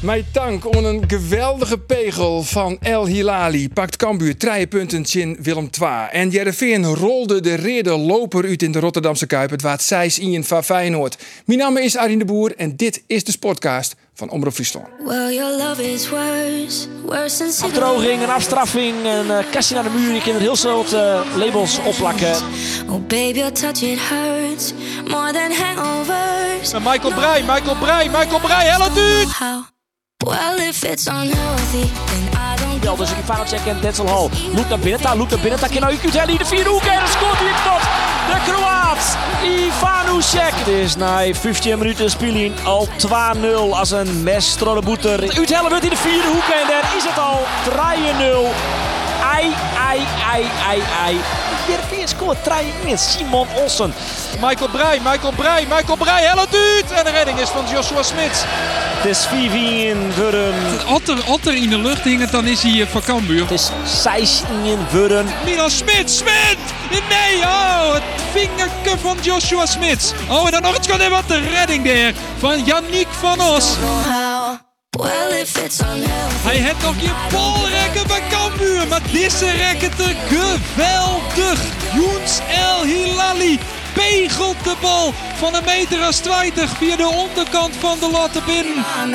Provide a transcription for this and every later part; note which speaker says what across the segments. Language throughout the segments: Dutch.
Speaker 1: Mijn dank aan een geweldige pegel van El Hilali pakt Cambuur drie punten in Willem II. En Jereveen rolde de reden loper uit in de Rotterdamse Kuip. Het waard 6 in van Feyenoord. Mijn naam is Arjen de Boer en dit is de Sportcast van Omroep Friesland.
Speaker 2: Well, your love is worse, worse than cigarettes.
Speaker 3: Afdroging, een afstraffing, een eh, kastje naar de muur. Je kunt er heel snel wat eh, labels opplakken.
Speaker 2: Oh, baby, your touch it hurts more than hangovers.
Speaker 3: Eh,
Speaker 4: Michael Breij, Michael Breij, Michael Breij, help het u!
Speaker 2: How? Well, if it's unhealthy, then I don't
Speaker 3: Wel, dus ik ga check en Denzel Hall. Loep naar binnen, daar, loep naar binnen. Daar kan nou IQ in de vierhoek en dan scoort hij het not. De Kroaat, Ivanusek. Het is na 15 minuten spelen al 2-0 als een mestro de boeter. Uithellen wordt in de vierhoek en daar is het al 3-0. Ei, ei, ei, ei, ei. Jereveen scoort 3-1. Simon Olsen.
Speaker 4: Michael Breij, Michael Breij, Michael Breij, help het u! En de redding is van Joshua Smits.
Speaker 3: Het is 4-1 voor hem.
Speaker 5: Otter, Otter in de lucht hing het, dan is hij eh, van Cambuur.
Speaker 3: Het is 16 Wurren.
Speaker 4: Milan Smits, Smits! Nee, oh, het vingerke van Joshua Smits. Oh, en dan nog eens kan hij wat de redding daar van Yannick van Os.
Speaker 2: know how. Well, if it's unhealthy,
Speaker 4: Hij heeft nog geen polrekken bij Cambuur, maar deze rekken te geweldig. Younes El Hilali pegelt de bal van een meter als 20 via de onderkant van de latte binnen.
Speaker 2: I'm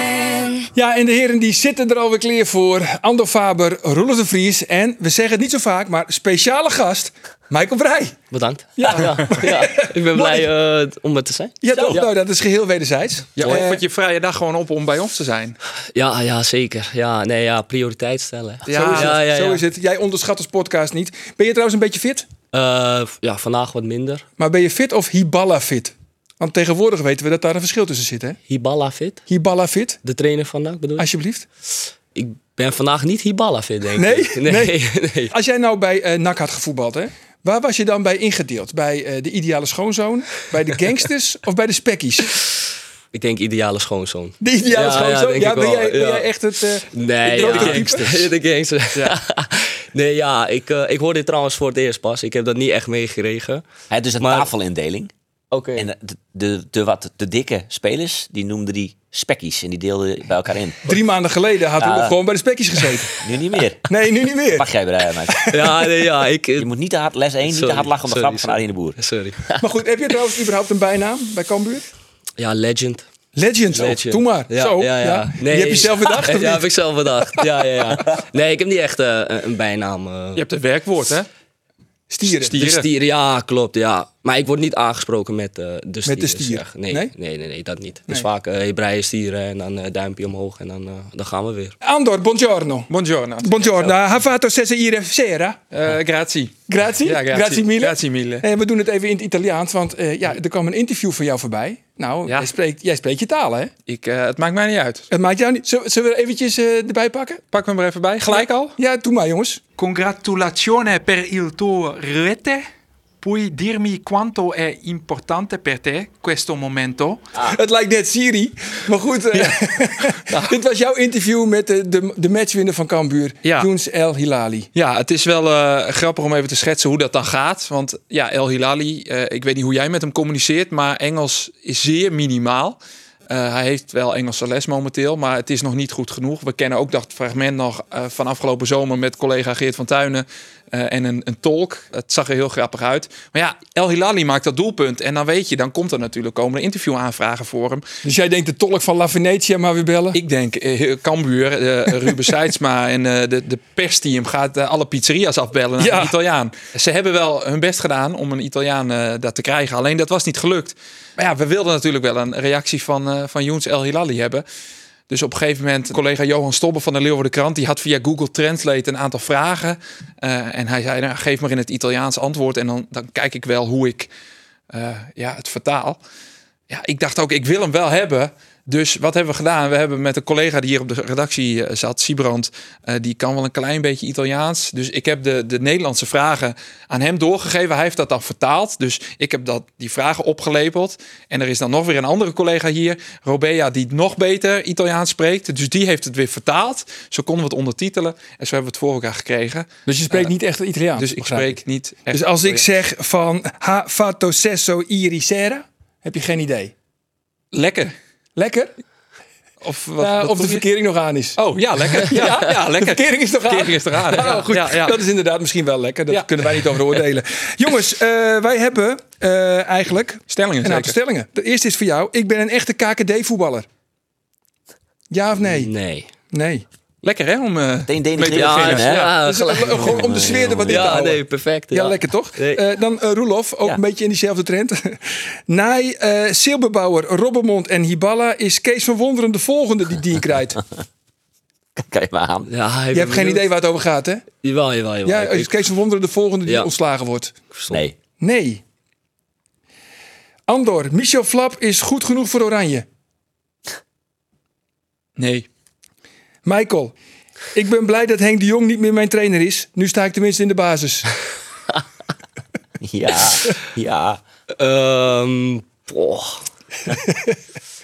Speaker 2: in.
Speaker 1: Ja, en de heren die zitten er alweer klaar voor. Ando Faber, Roelof de Vries en, we zeggen het niet zo vaak, maar speciale gast Michael Breij.
Speaker 6: Bedankt. Ja. Ja, Ik ben blij eh, om er te zijn.
Speaker 1: Ja, toch? Nou, dat is geheel wederzijds.
Speaker 7: Ja,
Speaker 1: Eh,
Speaker 7: of je vrije dag gewoon op om bij ons te zijn.
Speaker 6: Ja, ja zeker. Ja, nee, ja, prioriteit stellen. hè.
Speaker 1: zo is,
Speaker 6: ja,
Speaker 1: het.
Speaker 6: ja,
Speaker 1: zo
Speaker 6: ja.
Speaker 1: is het. Jij onderschat als podcast niet. Ben je trouwens een beetje fit?
Speaker 6: Eh, v- ja, vandaag wat minder.
Speaker 1: Maar ben je fit of Hiballa fit? Want tegenwoordig weten we dat daar een verschil tussen zit, hè?
Speaker 6: Hibala fit.
Speaker 1: Hiballa fit,
Speaker 6: De trainer vandaag bedoel je?
Speaker 1: alsjeblieft.
Speaker 6: Ik ben vandaag niet Hibala fit, denk
Speaker 1: Nee?
Speaker 6: ik.
Speaker 1: Nee.
Speaker 6: nee.
Speaker 1: Als jij nou bij eh NAC had gevoetbald, hè? Waar was je dan bij ingedeeld? Bij eh, de ideale schoonzoon, bij de gangsters of bij de spekkies?
Speaker 6: Ik denk ideale schoonzoon.
Speaker 1: De ideale
Speaker 6: Ja, ja,
Speaker 1: schoonzoon?
Speaker 6: denk
Speaker 1: Ja,
Speaker 6: ik
Speaker 1: ben,
Speaker 6: wel,
Speaker 1: jij, ben
Speaker 6: ja.
Speaker 1: jij echt het... eh,
Speaker 6: Nee,
Speaker 1: de
Speaker 6: ja,
Speaker 1: grote
Speaker 6: de
Speaker 1: gangsters.
Speaker 6: de gangsters. nee, ja, ik, eh, ik hoor dit trouwens voor het eerst pas. Ik heb dat niet echt meegekregen.
Speaker 8: Hij had dus een
Speaker 6: Maar-
Speaker 8: tafelindeling.
Speaker 6: Oké.
Speaker 8: En de, de, de, wat, de dikke spelers, die noemden die spekkies. En die deelden bij elkaar in.
Speaker 1: Drie maanden geleden had
Speaker 8: Ja.
Speaker 1: Roelof gewoon bij de spekkies gezeten.
Speaker 8: Nu niet meer.
Speaker 1: Nee, nu niet meer.
Speaker 8: Mag jij bij mij.
Speaker 6: Ja, nee, ja, ik... eh,
Speaker 8: Je moet niet te hard, les 1, niet te
Speaker 6: Sorry,
Speaker 8: hard lachen om de
Speaker 6: sorry,
Speaker 8: grap van
Speaker 6: sorry.
Speaker 8: Arjen de Boer.
Speaker 6: Sorry.
Speaker 1: Maar goed, heb je trouwens überhaupt een bijnaam bij Cambuur?
Speaker 6: Ja, legend.
Speaker 1: Legend.
Speaker 6: Legend.
Speaker 1: Oh, Doe maar.
Speaker 6: Ja,
Speaker 1: Zo.
Speaker 6: ja, ja.
Speaker 1: Die heb je zelf bedacht. of
Speaker 6: Ja,
Speaker 1: niet?
Speaker 6: heb ik zelf bedacht. Ja, ja, ja. Nee, ik heb niet echt eh, een- een bijnaam. eh.
Speaker 7: Je hebt het werkwoord, hè?
Speaker 1: Stieren.
Speaker 6: De
Speaker 7: stieren.
Speaker 6: stier, ja, klopt, ja. Maar ik word niet aangesproken met eh, de stier.
Speaker 1: stier.
Speaker 6: Nee,
Speaker 1: Nee?
Speaker 6: nee? nee, nee, dat niet. Dus vaak eh Hebreeën stieren en dan eh, duimpje omhoog en dan, eh, dan gaan we weer.
Speaker 1: Andor, buongiorno.
Speaker 7: Buongiorno.
Speaker 1: Buongiorno. Ha fatto sessa ieri sera.
Speaker 7: Eh, grazie.
Speaker 1: Grazie.
Speaker 7: Ja, grazie.
Speaker 1: mille.
Speaker 7: Grazie mille.
Speaker 1: Eh, we doen het even in het Italiaans, want eh, ja, er kwam een interview van jou voorbij. Nou,
Speaker 7: Ja.
Speaker 1: jij, spreekt, jij spreekt je taal, hè?
Speaker 7: Ik, eh, het maakt mij niet uit.
Speaker 1: Het maakt jou niet... Zullen, zullen we er eventjes eh, erbij pakken?
Speaker 7: Pak me maar even bij. Gelijk al.
Speaker 1: Ja, doe maar, jongens.
Speaker 4: Congratulazione per il tuo rete. Puoi dirmi quanto è importante per te questo momento?
Speaker 7: Ah.
Speaker 1: Het lijkt net Siri. Maar goed, eh, dit was jouw interview met de, de, de matchwinner van Cambuur.
Speaker 7: Ja.
Speaker 1: Younes El Hilali.
Speaker 7: Ja, het is wel eh, grappig om even te schetsen hoe dat dan gaat. Want ja, El Hilali, eh, ik weet niet hoe jij met hem communiceert, maar Engels is zeer minimaal. Eh, hij heeft wel Engelse les momenteel, maar het is nog niet goed genoeg. We kennen ook dat fragment nog eh, van afgelopen zomer met collega Geert van Tuinen eh, en een, een tolk. Het zag er heel grappig uit. Maar ja, El Hilali maakt dat doelpunt. En dan weet je, dan komt er natuurlijk komende interviewaanvragen voor hem.
Speaker 1: Dus jij denkt de tolk van La Venetia maar weer bellen?
Speaker 7: Ik denk eh, Cambuur, eh, Ruben Seidsma en eh, de, de pers die hem gaat eh, alle pizzeria's afbellen naar
Speaker 1: Ja.
Speaker 7: een Italiaan. Ze hebben wel hun best gedaan om een Italiaan eh, dat te krijgen. Alleen dat was niet gelukt. Maar ja, we wilden natuurlijk wel een reactie van, eh van Younes El Hilali hebben. Dus op een gegeven moment, collega Johan Stobbe van de Leeuwarden Krant... die had via Google Translate een aantal vragen. Eh, en hij zei, nou, geef maar in het Italiaans antwoord... en dan, dan kijk ik wel hoe ik eh, ja, het vertaal. Ja, ik dacht ook, ik wil hem wel hebben.
Speaker 1: Dus wat hebben we gedaan? We hebben met een collega die hier op de redactie eh, zat, Siebrand, eh, die kan wel een klein beetje Italiaans. Dus ik heb de, de Nederlandse vragen aan hem doorgegeven. Hij heeft dat dan vertaald. Dus ik heb dat, die vragen opgelepeld. En er is dan nog weer een andere collega hier, Robea, die nog beter Italiaans spreekt. Dus die heeft het weer vertaald. Zo konden we het ondertitelen. En zo hebben we het voor elkaar gekregen.
Speaker 8: Dus je spreekt niet echt Italiaans.
Speaker 1: Dus ik
Speaker 8: begrijp
Speaker 1: spreek niet echt.
Speaker 8: Dus als ik
Speaker 1: Italiaans.
Speaker 8: zeg van ha fatto sesso ieri sera, heb je geen idee.
Speaker 1: lekker.
Speaker 8: Lekker?
Speaker 1: Of, wat,
Speaker 8: Nou,
Speaker 1: wat
Speaker 8: of de
Speaker 1: doe je?
Speaker 8: verkering nog aan is.
Speaker 1: Oh ja, lekker. Ja, ja, lekker.
Speaker 8: De verkering is nog aan.
Speaker 1: Verkering is nog aan, ja.
Speaker 8: Oh, goed.
Speaker 1: Ja, ja.
Speaker 8: Dat is inderdaad misschien wel lekker. Dat
Speaker 1: Ja.
Speaker 8: kunnen wij niet over oordelen. Jongens, eh, wij hebben eh, eigenlijk
Speaker 1: Stellingen
Speaker 8: een aantal
Speaker 1: zeker.
Speaker 8: stellingen. De eerste is voor jou. Ik ben een echte KKD-voetballer. Ja of nee?
Speaker 6: Nee.
Speaker 8: Nee.
Speaker 1: Lekker hè? Om, eh, mee te
Speaker 3: Meteen denigreren.
Speaker 1: beginnen.
Speaker 3: hè?
Speaker 8: Dus,
Speaker 6: gelijk.
Speaker 8: eh, gewoon om de sfeer er wat in te
Speaker 6: Ja,
Speaker 8: houden.
Speaker 6: nee, perfect.
Speaker 8: Ja, lekker toch?
Speaker 6: Nee.
Speaker 8: Eh, dan eh, Roelof, ook
Speaker 3: Ja.
Speaker 8: een beetje in diezelfde trend. Naai, eh Silberbouwer, Robbermond en Hiballa is Kees van Wonderen de volgende die Dien krijgt.
Speaker 3: Kijk maar aan.
Speaker 6: Ja,
Speaker 8: Je hebt geen idee waar het over gaat, hè?
Speaker 6: Jawel, jawel, jawel.
Speaker 8: Ja,
Speaker 1: oh,
Speaker 6: Ik-
Speaker 8: is
Speaker 6: ik-
Speaker 8: Kees van Wonderen de volgende die
Speaker 6: Ja.
Speaker 8: ontslagen wordt?
Speaker 3: Nee.
Speaker 8: Nee. Andor, Michel Flap is goed genoeg voor Oranje.
Speaker 1: Nee.
Speaker 8: Michael, ik ben blij dat Henk de Jong niet meer mijn trainer is. Nu sta ik tenminste in de basis.
Speaker 3: Ja. Ja.
Speaker 6: Ehm, poh.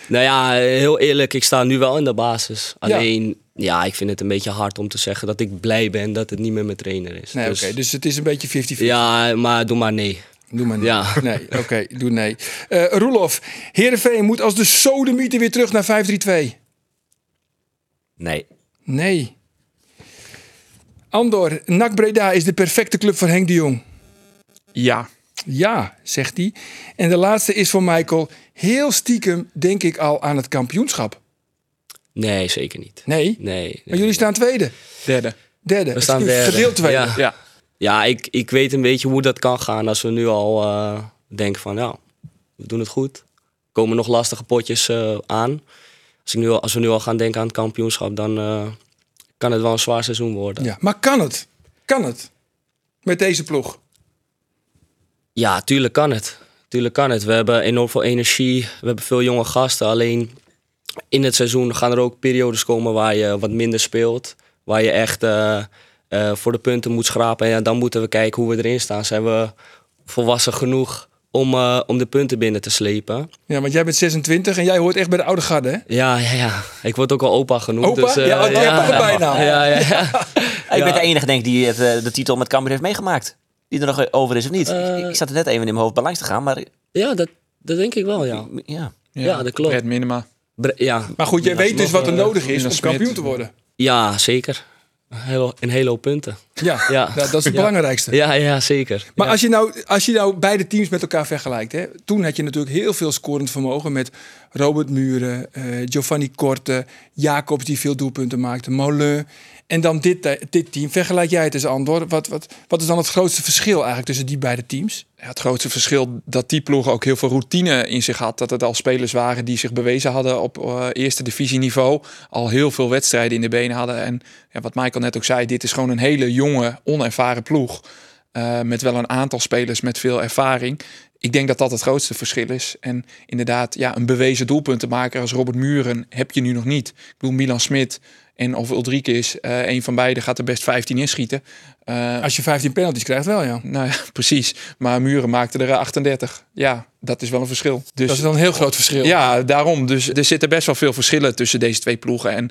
Speaker 6: nou ja, heel eerlijk, ik sta nu wel in de basis. Alleen, ja. ik vind het een beetje hard om te zeggen dat ik blij ben dat het niet meer mijn trainer is.
Speaker 8: Nee, oké.
Speaker 6: Dus-
Speaker 8: dus het is een beetje 50-50.
Speaker 6: Ja, maar doe maar nee.
Speaker 8: Doe maar niet.
Speaker 6: Ja.
Speaker 8: Nee, oké, doe nee. Eh Roelof, Heerenveen moet als de sodemieter weer terug naar 5-3-2.
Speaker 3: Nee.
Speaker 8: Nee. Andor, NAC Breda is de perfecte club voor Henk de Jong.
Speaker 1: Ja.
Speaker 8: Ja, zegt hij. En de laatste is voor Michael. Heel stiekem denk ik al aan het kampioenschap.
Speaker 6: Nee, zeker niet.
Speaker 8: Nee?
Speaker 6: Nee. nee.
Speaker 8: Maar jullie staan tweede.
Speaker 1: Derde.
Speaker 8: Derde.
Speaker 6: We staan
Speaker 8: Excuus,
Speaker 6: derde.
Speaker 8: Gedeeld tweede.
Speaker 6: Ja,
Speaker 1: Ja.
Speaker 6: ja ik, ik weet een beetje hoe dat kan gaan als we nu al eh, denken van, nou, we doen het goed. Er komen nog lastige potjes eh, aan. Als, ik nu al, als we nu al gaan denken aan het kampioenschap, dan eh, kan het wel een zwaar seizoen worden. Ja,
Speaker 8: Ja, Maar kan het? Kan het? Met deze ploeg.
Speaker 6: tuurlijk kan het. Tuurlijk kan het. We hebben enorm veel energie. We hebben veel jonge gasten. Alleen in het seizoen gaan er ook periodes komen waar je wat minder speelt. Waar je echt eh, eh, voor de punten moet schrapen. En ja, dan moeten we kijken hoe we erin staan. Zijn we volwassen genoeg om, eh, om de punten binnen te slepen?
Speaker 8: Ja, want jij bent 26 en jij hoort echt bij de oude garde, hè?
Speaker 6: Ja, ja, ja. Ik word ook al opa genoemd.
Speaker 8: Opa?
Speaker 6: Dus, eh,
Speaker 8: ja, oh, jij hebt toch een bijnaam.
Speaker 6: Ja, ja, ja.
Speaker 3: Ik ben de enige, denk ik, die het, eh, de titel met Cambuur heeft meegemaakt. Die er nog over is of niet.
Speaker 7: Eh,
Speaker 3: Ik- ik, zat er net even in mijn hoofd bij langs te gaan, maar eh,
Speaker 6: Ja, dat, dat denk ik wel, ja.
Speaker 3: ja.
Speaker 6: Ja, dat klopt.
Speaker 1: Red Minima.
Speaker 6: Bre- ja.
Speaker 8: Maar goed, jij
Speaker 6: Ja,
Speaker 8: weet dus
Speaker 6: nog,
Speaker 8: wat er
Speaker 6: eh,
Speaker 8: nodig is
Speaker 1: Milan
Speaker 8: om
Speaker 1: Smit.
Speaker 8: kampioen te worden.
Speaker 6: Ja, zeker. Een hele, een hele hoop punten.
Speaker 8: Ja,
Speaker 6: Ja.
Speaker 8: nou, dat is het
Speaker 6: Ja.
Speaker 8: belangrijkste.
Speaker 6: Ja, ja, zeker.
Speaker 8: Maar
Speaker 6: Ja.
Speaker 8: als, je nou, als je nou beide teams met elkaar vergelijkt, hè, toen had je natuurlijk heel veel scorend vermogen met Robert Muren, eh, Giovanni Korte, Jacobs die veel doelpunten maakte, Molleux. En dan dit, te- dit team. Vergelijk jij het eens, Andor. Wat, wat, wat is dan het grootste verschil eigenlijk tussen die beide teams?
Speaker 1: Ja, het grootste verschil dat die ploeg ook heel veel routine in zich had. Dat het al spelers waren die zich bewezen hadden op eh, eerste divisieniveau. Al heel veel wedstrijden in de benen hadden. En ja, wat Michael net ook zei, dit is gewoon een hele jonge, onervaren ploeg. Eh, met wel een aantal spelers met veel ervaring. Ik denk dat dat het grootste verschil is. En inderdaad, ja, een bewezen doelpuntenmaker als Robert Muren heb je nu nog niet. Ik bedoel, Milan Smit en of Ulrike is, eh, een van beiden gaat er best 15 inschieten. Eh,
Speaker 8: Als je 15 penalties krijgt, wel ja.
Speaker 1: nou ja, precies. Maar Muren maakte er eh, 38. Ja, dat is wel een verschil. Dus,
Speaker 8: Dat is dan een heel groot verschil.
Speaker 1: ja, daarom. Dus er zitten best wel veel verschillen tussen deze twee ploegen. En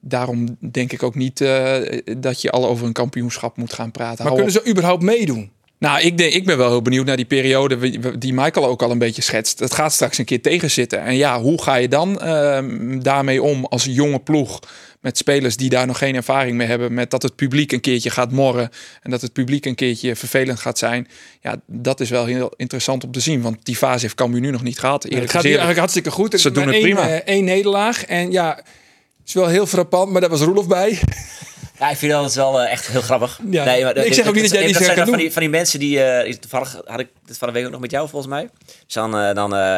Speaker 1: daarom denk ik ook niet eh, dat je al over een kampioenschap moet gaan praten.
Speaker 8: Maar
Speaker 1: Hou
Speaker 8: kunnen
Speaker 1: op.
Speaker 8: ze überhaupt meedoen?
Speaker 1: Nou, ik, denk, ik ben wel heel benieuwd naar die periode wie- die Michael ook al een beetje schetst. Dat gaat straks een keer tegenzitten. En ja, hoe ga je dan ehm, daarmee om als jonge ploeg? Met spelers die daar nog geen ervaring mee hebben. Met dat het publiek een keertje gaat morren. En dat het publiek een keertje vervelend gaat zijn. Ja, dat is wel heel interessant om te zien. Want die fase heeft Cambuur nu nog niet gehad. Eerlijk
Speaker 8: het gaat
Speaker 1: is
Speaker 8: hier
Speaker 1: eerlijk.
Speaker 8: eigenlijk hartstikke goed. Er
Speaker 1: Ze
Speaker 8: is maar
Speaker 1: doen het
Speaker 8: één,
Speaker 1: prima.
Speaker 8: eh, één nederlaag. En ja, het is wel heel frappant, maar daar was Roelof bij.
Speaker 3: Ja, ik vind dat het wel eh, echt heel grappig.
Speaker 8: Ja. Ik zeg ook niet dat jij niet
Speaker 3: zijn
Speaker 8: kan
Speaker 3: dan van
Speaker 8: doen.
Speaker 3: die, van die mensen die... eh, is- toevallig had ik dit van de week ook nog met jou, volgens mij. Dus dan, eh, dan, eh,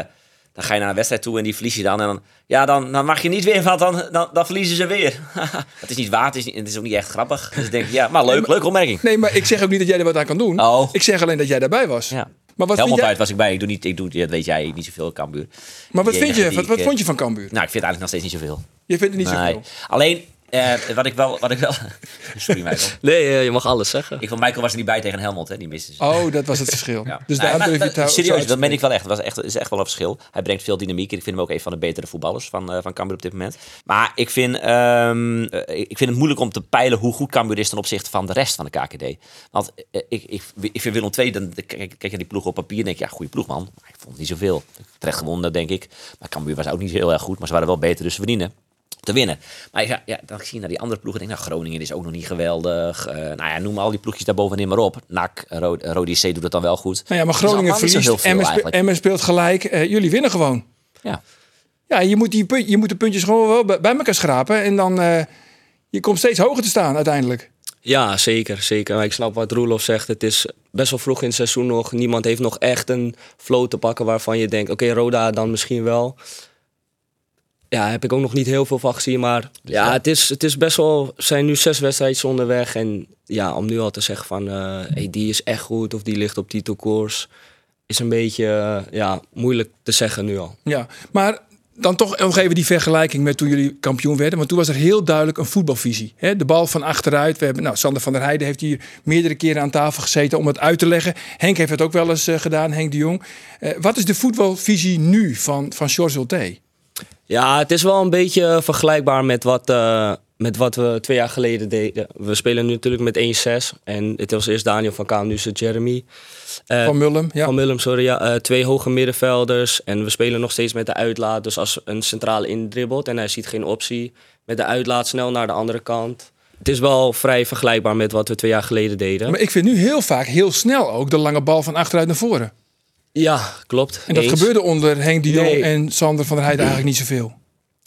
Speaker 3: dan ga je naar een wedstrijd toe en die verlies je dan. En dan, ja, dan, dan mag je niet weer, want dan, dan, dan verliezen ze weer. het is niet waar, het is, niet- het is ook niet echt grappig. Dus ik denk ja, maar leuk, leuke opmerking.
Speaker 8: Nee, maar ik zeg ook niet dat jij er wat aan kan doen.
Speaker 3: Oh.
Speaker 8: Ik zeg alleen dat jij daarbij was.
Speaker 3: Ja.
Speaker 8: Maar wat, vind
Speaker 3: Helemaal
Speaker 8: jij,
Speaker 3: uit was ik bij. Ik doe niet, ik doe, dat weet jij, niet zoveel Cambuur.
Speaker 8: maar wat
Speaker 3: De
Speaker 8: vind
Speaker 3: enige
Speaker 8: je?
Speaker 3: die
Speaker 8: Wat, wat
Speaker 3: ik, eh,
Speaker 8: vond je van Cambuur?
Speaker 3: Nou, ik vind eigenlijk nog steeds niet zoveel.
Speaker 8: Je vindt het niet
Speaker 3: Nee.
Speaker 8: zoveel.
Speaker 3: Alleen, eh, wat ik wel... Wat ik wel sorry, Michael.
Speaker 6: Nee, eh, je mag alles zeggen.
Speaker 3: Ik vond Michael was er niet bij tegen Helmond, hè? Die miste ze.
Speaker 8: Oh, dat was het verschil.
Speaker 3: Ja.
Speaker 8: Dus
Speaker 3: Nee,
Speaker 8: daar
Speaker 3: maar
Speaker 8: durf je
Speaker 3: dat-
Speaker 8: het uit- zo
Speaker 3: Serieus,
Speaker 8: uit-
Speaker 3: dat meen ik wel echt. Het was echt, is echt wel een verschil. Hij brengt veel dynamiek. En ik vind hem ook een van de betere voetballers van, eh van Cambuur op dit moment. Maar ik vind, ehm, eh, ik vind het moeilijk om te peilen hoe goed Cambuur is ten opzichte van de rest van de KKD. Want eh, ik, ik, ik vind Willem II, dan kijk, kijk je naar die ploeg op papier en denk je, ja, goede ploeg man. Maar ik vond het niet zoveel. Terecht gewonnen, denk ik. Maar Cambuur was ook niet heel erg goed, maar ze waren wel beter, dus ze verdienen te winnen. Maar ja, ja, dan zie je naar die andere ploegen. Denk, ik, nou, Groningen is ook nog niet geweldig. Eh, nou ja, noem al die ploegjes daar bovenin maar op. NAC, Ro Rode C doet het dan wel goed.
Speaker 8: Nou ja, maar
Speaker 3: Het is
Speaker 8: Groningen
Speaker 3: allemaal niet zo
Speaker 8: verliest.
Speaker 3: heel veel
Speaker 8: Emmen spe-
Speaker 3: eigenlijk.
Speaker 8: Emmen speelt gelijk. Eh, jullie winnen gewoon.
Speaker 3: Ja.
Speaker 8: Ja, je moet, die punt, je moet de puntjes gewoon wel Oh, bij bij elkaar schrapen. En dan eh, je komt steeds hoger te staan uiteindelijk.
Speaker 6: Ja, zeker, zeker. Maar ik snap wat Roelof zegt. Het is best wel vroeg in het seizoen nog. Niemand heeft nog echt een flow te pakken waarvan je denkt... oké, Roda dan misschien wel. Ja, heb ik ook nog niet heel veel van gezien. Maar ja, het is, het is best wel... er zijn nu zes wedstrijdjes onderweg. En ja, om nu al te zeggen van... eh, hey, die is echt goed of die ligt op titelkoers... is een beetje eh, ja, moeilijk te zeggen nu al.
Speaker 8: Ja, maar dan toch nog even die vergelijking met toen jullie kampioen werden. Want toen was er heel duidelijk een voetbalvisie. Hè? De bal van achteruit. We hebben, nou, Sander van der Heijden heeft hier meerdere keren aan tafel gezeten om het uit te leggen. Henk heeft het ook wel eens eh, gedaan, Henk de Jong. Eh, wat is de voetbalvisie nu van, van George Hulté?
Speaker 6: Ja, het is wel een beetje vergelijkbaar met wat, eh, met wat we twee jaar geleden deden. We spelen nu natuurlijk met 1-6. En het was eerst Daniel van Kaam, nu is het Jeremy. Eh,
Speaker 8: Van Mullum, ja.
Speaker 6: Van Willem, sorry. Ja, Eh, twee hoge middenvelders. En we spelen nog steeds met de uitlaat. Dus als een centrale indribbelt en hij ziet geen optie... met de uitlaat snel naar de andere kant. Het is wel vrij vergelijkbaar met wat we twee jaar geleden deden.
Speaker 8: Maar ik vind nu heel vaak, heel snel ook, de lange bal van achteruit naar voren.
Speaker 6: Ja, klopt.
Speaker 8: En dat
Speaker 6: Eens.
Speaker 8: gebeurde onder Henk de Jong
Speaker 6: Nee.
Speaker 8: en Sander van der Heijden eigenlijk niet zoveel.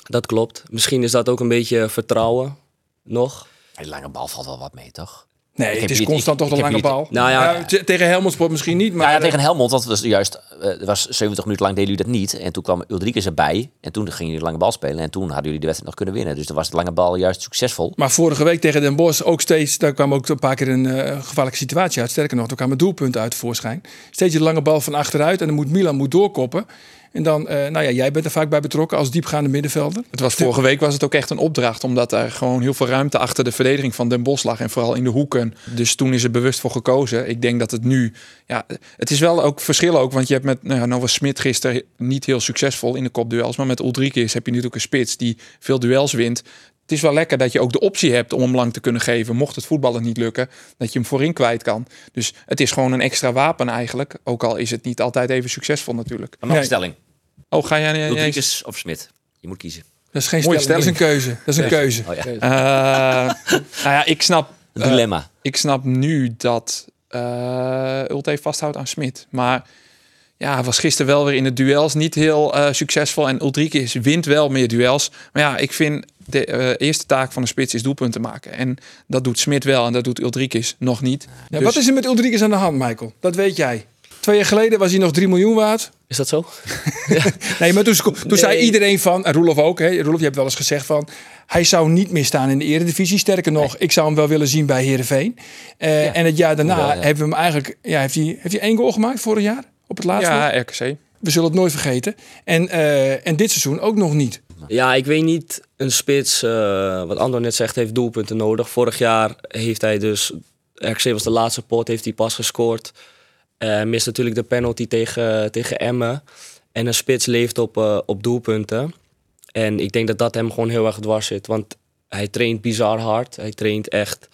Speaker 6: Dat klopt. Misschien is dat ook een beetje vertrouwen nog.
Speaker 3: Die lange bal valt wel wat mee, toch?
Speaker 8: Nee,
Speaker 3: heb
Speaker 8: het is
Speaker 3: niet-
Speaker 8: constant
Speaker 3: ik-
Speaker 8: toch
Speaker 3: ik
Speaker 8: de
Speaker 3: heb
Speaker 8: lange
Speaker 3: niet-
Speaker 8: bal.
Speaker 6: Nou ja.
Speaker 8: Ja, te- tegen Helmondsport misschien niet, maar
Speaker 3: Nou ja, tegen Helmond, want het was juist eh, was 70 minuten lang deden jullie dat niet. En toen kwam Ulrike erbij. En toen gingen jullie de lange bal spelen. En toen hadden jullie de wedstrijd nog kunnen winnen. Dus dan was de lange bal juist succesvol.
Speaker 8: Maar vorige week tegen Den Bosch ook steeds, daar kwam ook een paar keer een eh, gevaarlijke situatie uit. Sterker nog, er kwam een doelpunt uit voorschijn. Steeds die lange bal van achteruit en dan moet Milan moet doorkoppen. En dan, eh, nou ja, jij bent er vaak bij betrokken als diepgaande middenvelder.
Speaker 1: Het was vorige week was het ook echt een opdracht, omdat er gewoon heel veel ruimte achter de verdediging van Den Bosch lag en vooral in de hoeken. Dus toen is er bewust voor gekozen. Ik denk dat het nu, ja, het is wel ook verschil ook, want je hebt met, nou, ja, nou was Smit gisteren niet heel succesvol in de kopduels, maar met Ulrike is heb je natuurlijk een spits die veel duels wint. Het is wel lekker dat je ook de optie hebt om hem lang te kunnen geven, mocht het voetballen niet lukken, dat je hem voorin kwijt kan. Dus het is gewoon een extra wapen eigenlijk, ook al is het niet altijd even succesvol natuurlijk.
Speaker 3: Maar nog een
Speaker 8: Nee.
Speaker 3: stelling.
Speaker 1: Oh, ga jij? jij- jij-
Speaker 3: Ulrikes of Smit? Je moet kiezen.
Speaker 8: Dat is geen
Speaker 1: Mooie
Speaker 8: stelling, dat is een keuze. Dat is een keuze.
Speaker 3: Oh ja, een
Speaker 1: Eh, nou ja, ik snap eh,
Speaker 3: dilemma.
Speaker 1: ik snap nu dat eh Ulte vasthoudt aan Smit. Maar ja, hij was gisteren wel weer in de duels niet heel eh, succesvol. En Ulrike is- wint wel meer duels. Maar ja, ik vind de eh, eerste taak van een spits is doelpunten maken. En dat doet Smit wel en dat doet Ulrike nog niet.
Speaker 8: Ja,
Speaker 1: Dus-
Speaker 8: Wat is er met Ulrikes aan de hand, Michael? Dat weet jij. Twee jaar geleden was hij nog 3 miljoen waard.
Speaker 6: Is dat zo?
Speaker 8: Nee, maar toen, sco- toen zei iedereen van, en Roelof ook, hè, Roelof, je hebt wel eens gezegd van, hij zou niet meer staan in de eredivisie. Sterker nog, ik zou hem wel willen zien bij Heerenveen. Eh, En het jaar daarna
Speaker 3: Hoewel, ja.
Speaker 8: hebben we hem eigenlijk, ja, heeft hij, heeft hij één goal gemaakt vorig jaar? Op het laatste?
Speaker 1: Ja, RKC.
Speaker 8: We zullen het nooit vergeten. En, eh, en dit seizoen ook nog niet.
Speaker 6: Ja, ik weet niet. Een spits, eh, wat Andor net zegt, heeft doelpunten nodig. Vorig jaar heeft hij dus, RKC was de laatste pot, heeft hij pas gescoord. Eh mist natuurlijk de penalty tegen, tegen Emmen. En een spits leeft op, eh, op doelpunten. En ik denk dat dat hem gewoon heel erg dwars zit. Want hij traint bizar hard. Hij traint echt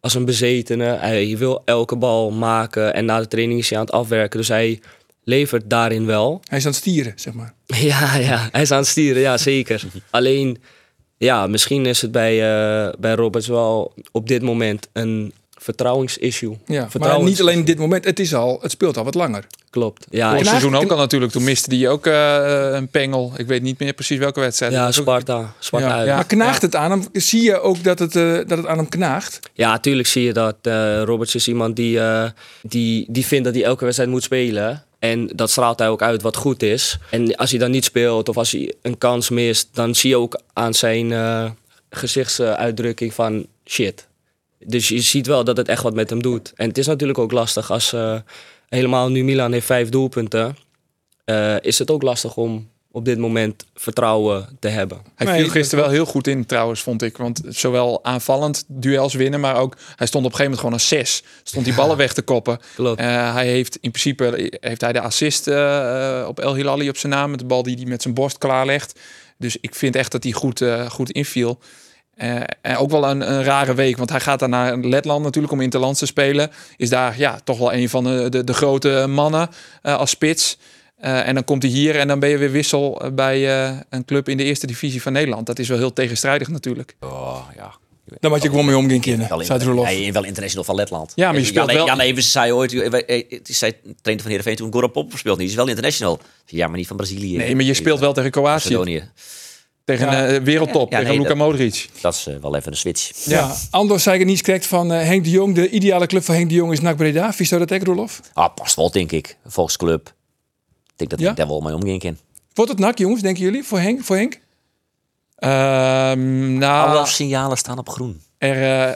Speaker 6: als een bezetene. Hij wil elke bal maken. En na de training is hij aan het afwerken. Dus hij levert daarin wel.
Speaker 8: Hij is aan het stieren, zeg maar.
Speaker 6: Ja, ja, hij is aan het sturen, ja zeker. Alleen, ja, misschien is het bij, eh, bij Roberts wel op dit moment een vertrouwensissue.
Speaker 8: Ja, maar
Speaker 6: Vertrouwens-
Speaker 8: niet alleen op dit moment. Het, is al, het speelt al wat langer.
Speaker 6: Klopt. Ah, Ja,
Speaker 1: Vorig
Speaker 6: ik-
Speaker 1: seizoen ook al natuurlijk. Toen miste die ook eh, een pengel. Ik weet niet meer precies welke wedstrijd.
Speaker 6: ja
Speaker 1: Dat was ook-
Speaker 6: Sparta. Sparta
Speaker 8: Ja,
Speaker 6: uit.
Speaker 8: maar
Speaker 6: Ja.
Speaker 8: knaagt het aan hem? Zie je ook dat het, eh, dat het aan hem knaagt?
Speaker 6: tuurlijk zie je dat. eh, Roberts is iemand die, eh, die, die vindt dat hij elke wedstrijd moet spelen. En dat straalt hij ook uit wat goed is. En als hij dan niet speelt of als hij een kans mist, dan zie je ook aan zijn eh, gezichtsuitdrukking van shit. Dus je ziet wel dat het echt wat met hem doet. En het is natuurlijk ook lastig als, eh, helemaal nu Milan heeft vijf doelpunten, eh, is het ook lastig om op dit moment vertrouwen te hebben.
Speaker 1: Hij
Speaker 8: Nee,
Speaker 1: viel
Speaker 8: dat
Speaker 1: gisteren wel heel goed in trouwens, vond ik. Want zowel aanvallend duels winnen, maar ook... Hij stond op een gegeven moment gewoon als zes. Stond die ballen weg te koppen.
Speaker 6: Klopt.
Speaker 1: Eh, hij heeft in principe heeft hij de assist eh, eh, op El Hilali op zijn naam. Met de bal die hij met zijn borst klaarlegt. Dus ik vind echt dat hij goed, eh, goed inviel. Eh, en ook wel een, een rare week, want hij gaat daar naar Letland natuurlijk om interlands te spelen. Is daar ja, toch wel een van de, de, de grote mannen eh, als spits. Eh, en dan komt hij hier en dan ben je weer wissel eh, bij eh, een club in de eerste divisie van Nederland. Dat is wel heel tegenstrijdig natuurlijk.
Speaker 3: Oh, ja.
Speaker 8: Dan moet je gewoon mee omgaan kunnen,
Speaker 3: Wel,
Speaker 8: zei Roelof.
Speaker 3: hij, wel international van Letland.
Speaker 1: Ja, maar je speelt
Speaker 3: Jan,
Speaker 1: wel-
Speaker 3: Jan Evers zei ooit, eh, hij zei trainer van Heerenveen toen Goropop speelt niet. Hij is wel international. Ja, maar niet van Brazilië.
Speaker 1: Nee, maar je speelt wel tegen Kroatië,
Speaker 3: Macedonië.
Speaker 1: tegen een eh, wereldtop,
Speaker 3: Ja,
Speaker 1: tegen
Speaker 3: nee,
Speaker 1: Luka
Speaker 3: dat-
Speaker 1: Modric.
Speaker 3: Dat is eh, wel even een switch.
Speaker 8: Ja. Anders zei ik het niet correct van eh, Henk de Jong. De ideale club van Henk de Jong is NAC Breda. E Vies zou dat ook, Roelof?
Speaker 3: Ah, past wel, denk ik. Volksclub. Ik denk dat
Speaker 8: Ja?
Speaker 3: ik daar wel mee omgaan kan.
Speaker 8: Wordt het NAC, jongens, denken jullie? Voor Henk? Voor Henk?
Speaker 1: Ehm, nou,
Speaker 3: Alle signalen staan op groen.
Speaker 1: Er, eh,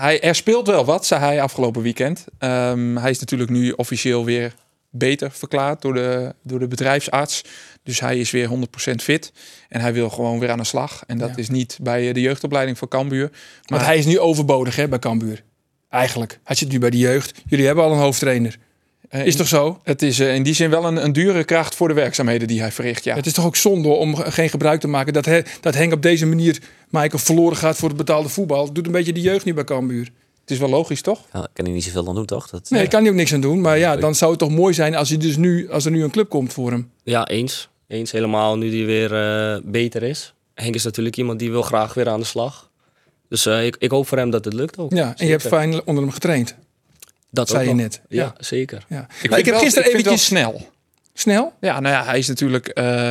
Speaker 1: hij, er speelt wel wat, zei hij afgelopen weekend. Ehm, hij is natuurlijk nu officieel weer beter verklaard door de, door de bedrijfsarts. Dus hij is weer 100% fit. En hij wil gewoon weer aan de slag. En dat is niet bij eh, de jeugdopleiding voor Cambuur.
Speaker 8: Want hij is nu overbodig hè, bij Cambuur. Eigenlijk. Hij zit nu bij de jeugd. Jullie hebben al een hoofdtrainer.
Speaker 1: Eh,
Speaker 8: Is toch zo?
Speaker 1: Het is eh, in die zin wel een, een dure kracht voor de werkzaamheden die hij verricht. Ja.
Speaker 8: Het is toch ook zonde om geen gebruik te maken dat, he- dat Henk op deze manier Michael verloren gaat voor het betaalde voetbal. Doet een beetje de jeugd nu bij Cambuur.
Speaker 1: Het is wel logisch, toch?
Speaker 3: Ja, kan hij niet zoveel aan doen, toch? Dat, eh,
Speaker 8: Nee, daar kan hij ook niks aan doen. Maar ja, dan zou het toch mooi zijn als, hij dus nu, als er nu een club komt voor hem.
Speaker 6: Ja, eens. Eens helemaal, nu die weer eh, beter is. Henk is natuurlijk iemand die wil graag weer aan de slag. Dus eh, ik, ik hoop voor hem dat het lukt ook.
Speaker 8: Ja, en je hebt
Speaker 6: Zeker.
Speaker 8: fijn onder hem getraind.
Speaker 6: Dat
Speaker 8: zei
Speaker 6: ook
Speaker 8: je
Speaker 6: nog.
Speaker 8: net.
Speaker 6: Ja,
Speaker 8: Ja.
Speaker 6: zeker.
Speaker 8: Ja. Nou, Ik,
Speaker 1: vind
Speaker 8: heb
Speaker 1: wel-
Speaker 8: gisteren
Speaker 1: ik vind wel
Speaker 8: eventjes
Speaker 1: snel.
Speaker 8: snel.
Speaker 1: Ja, nou ja, hij is natuurlijk, eh, nou,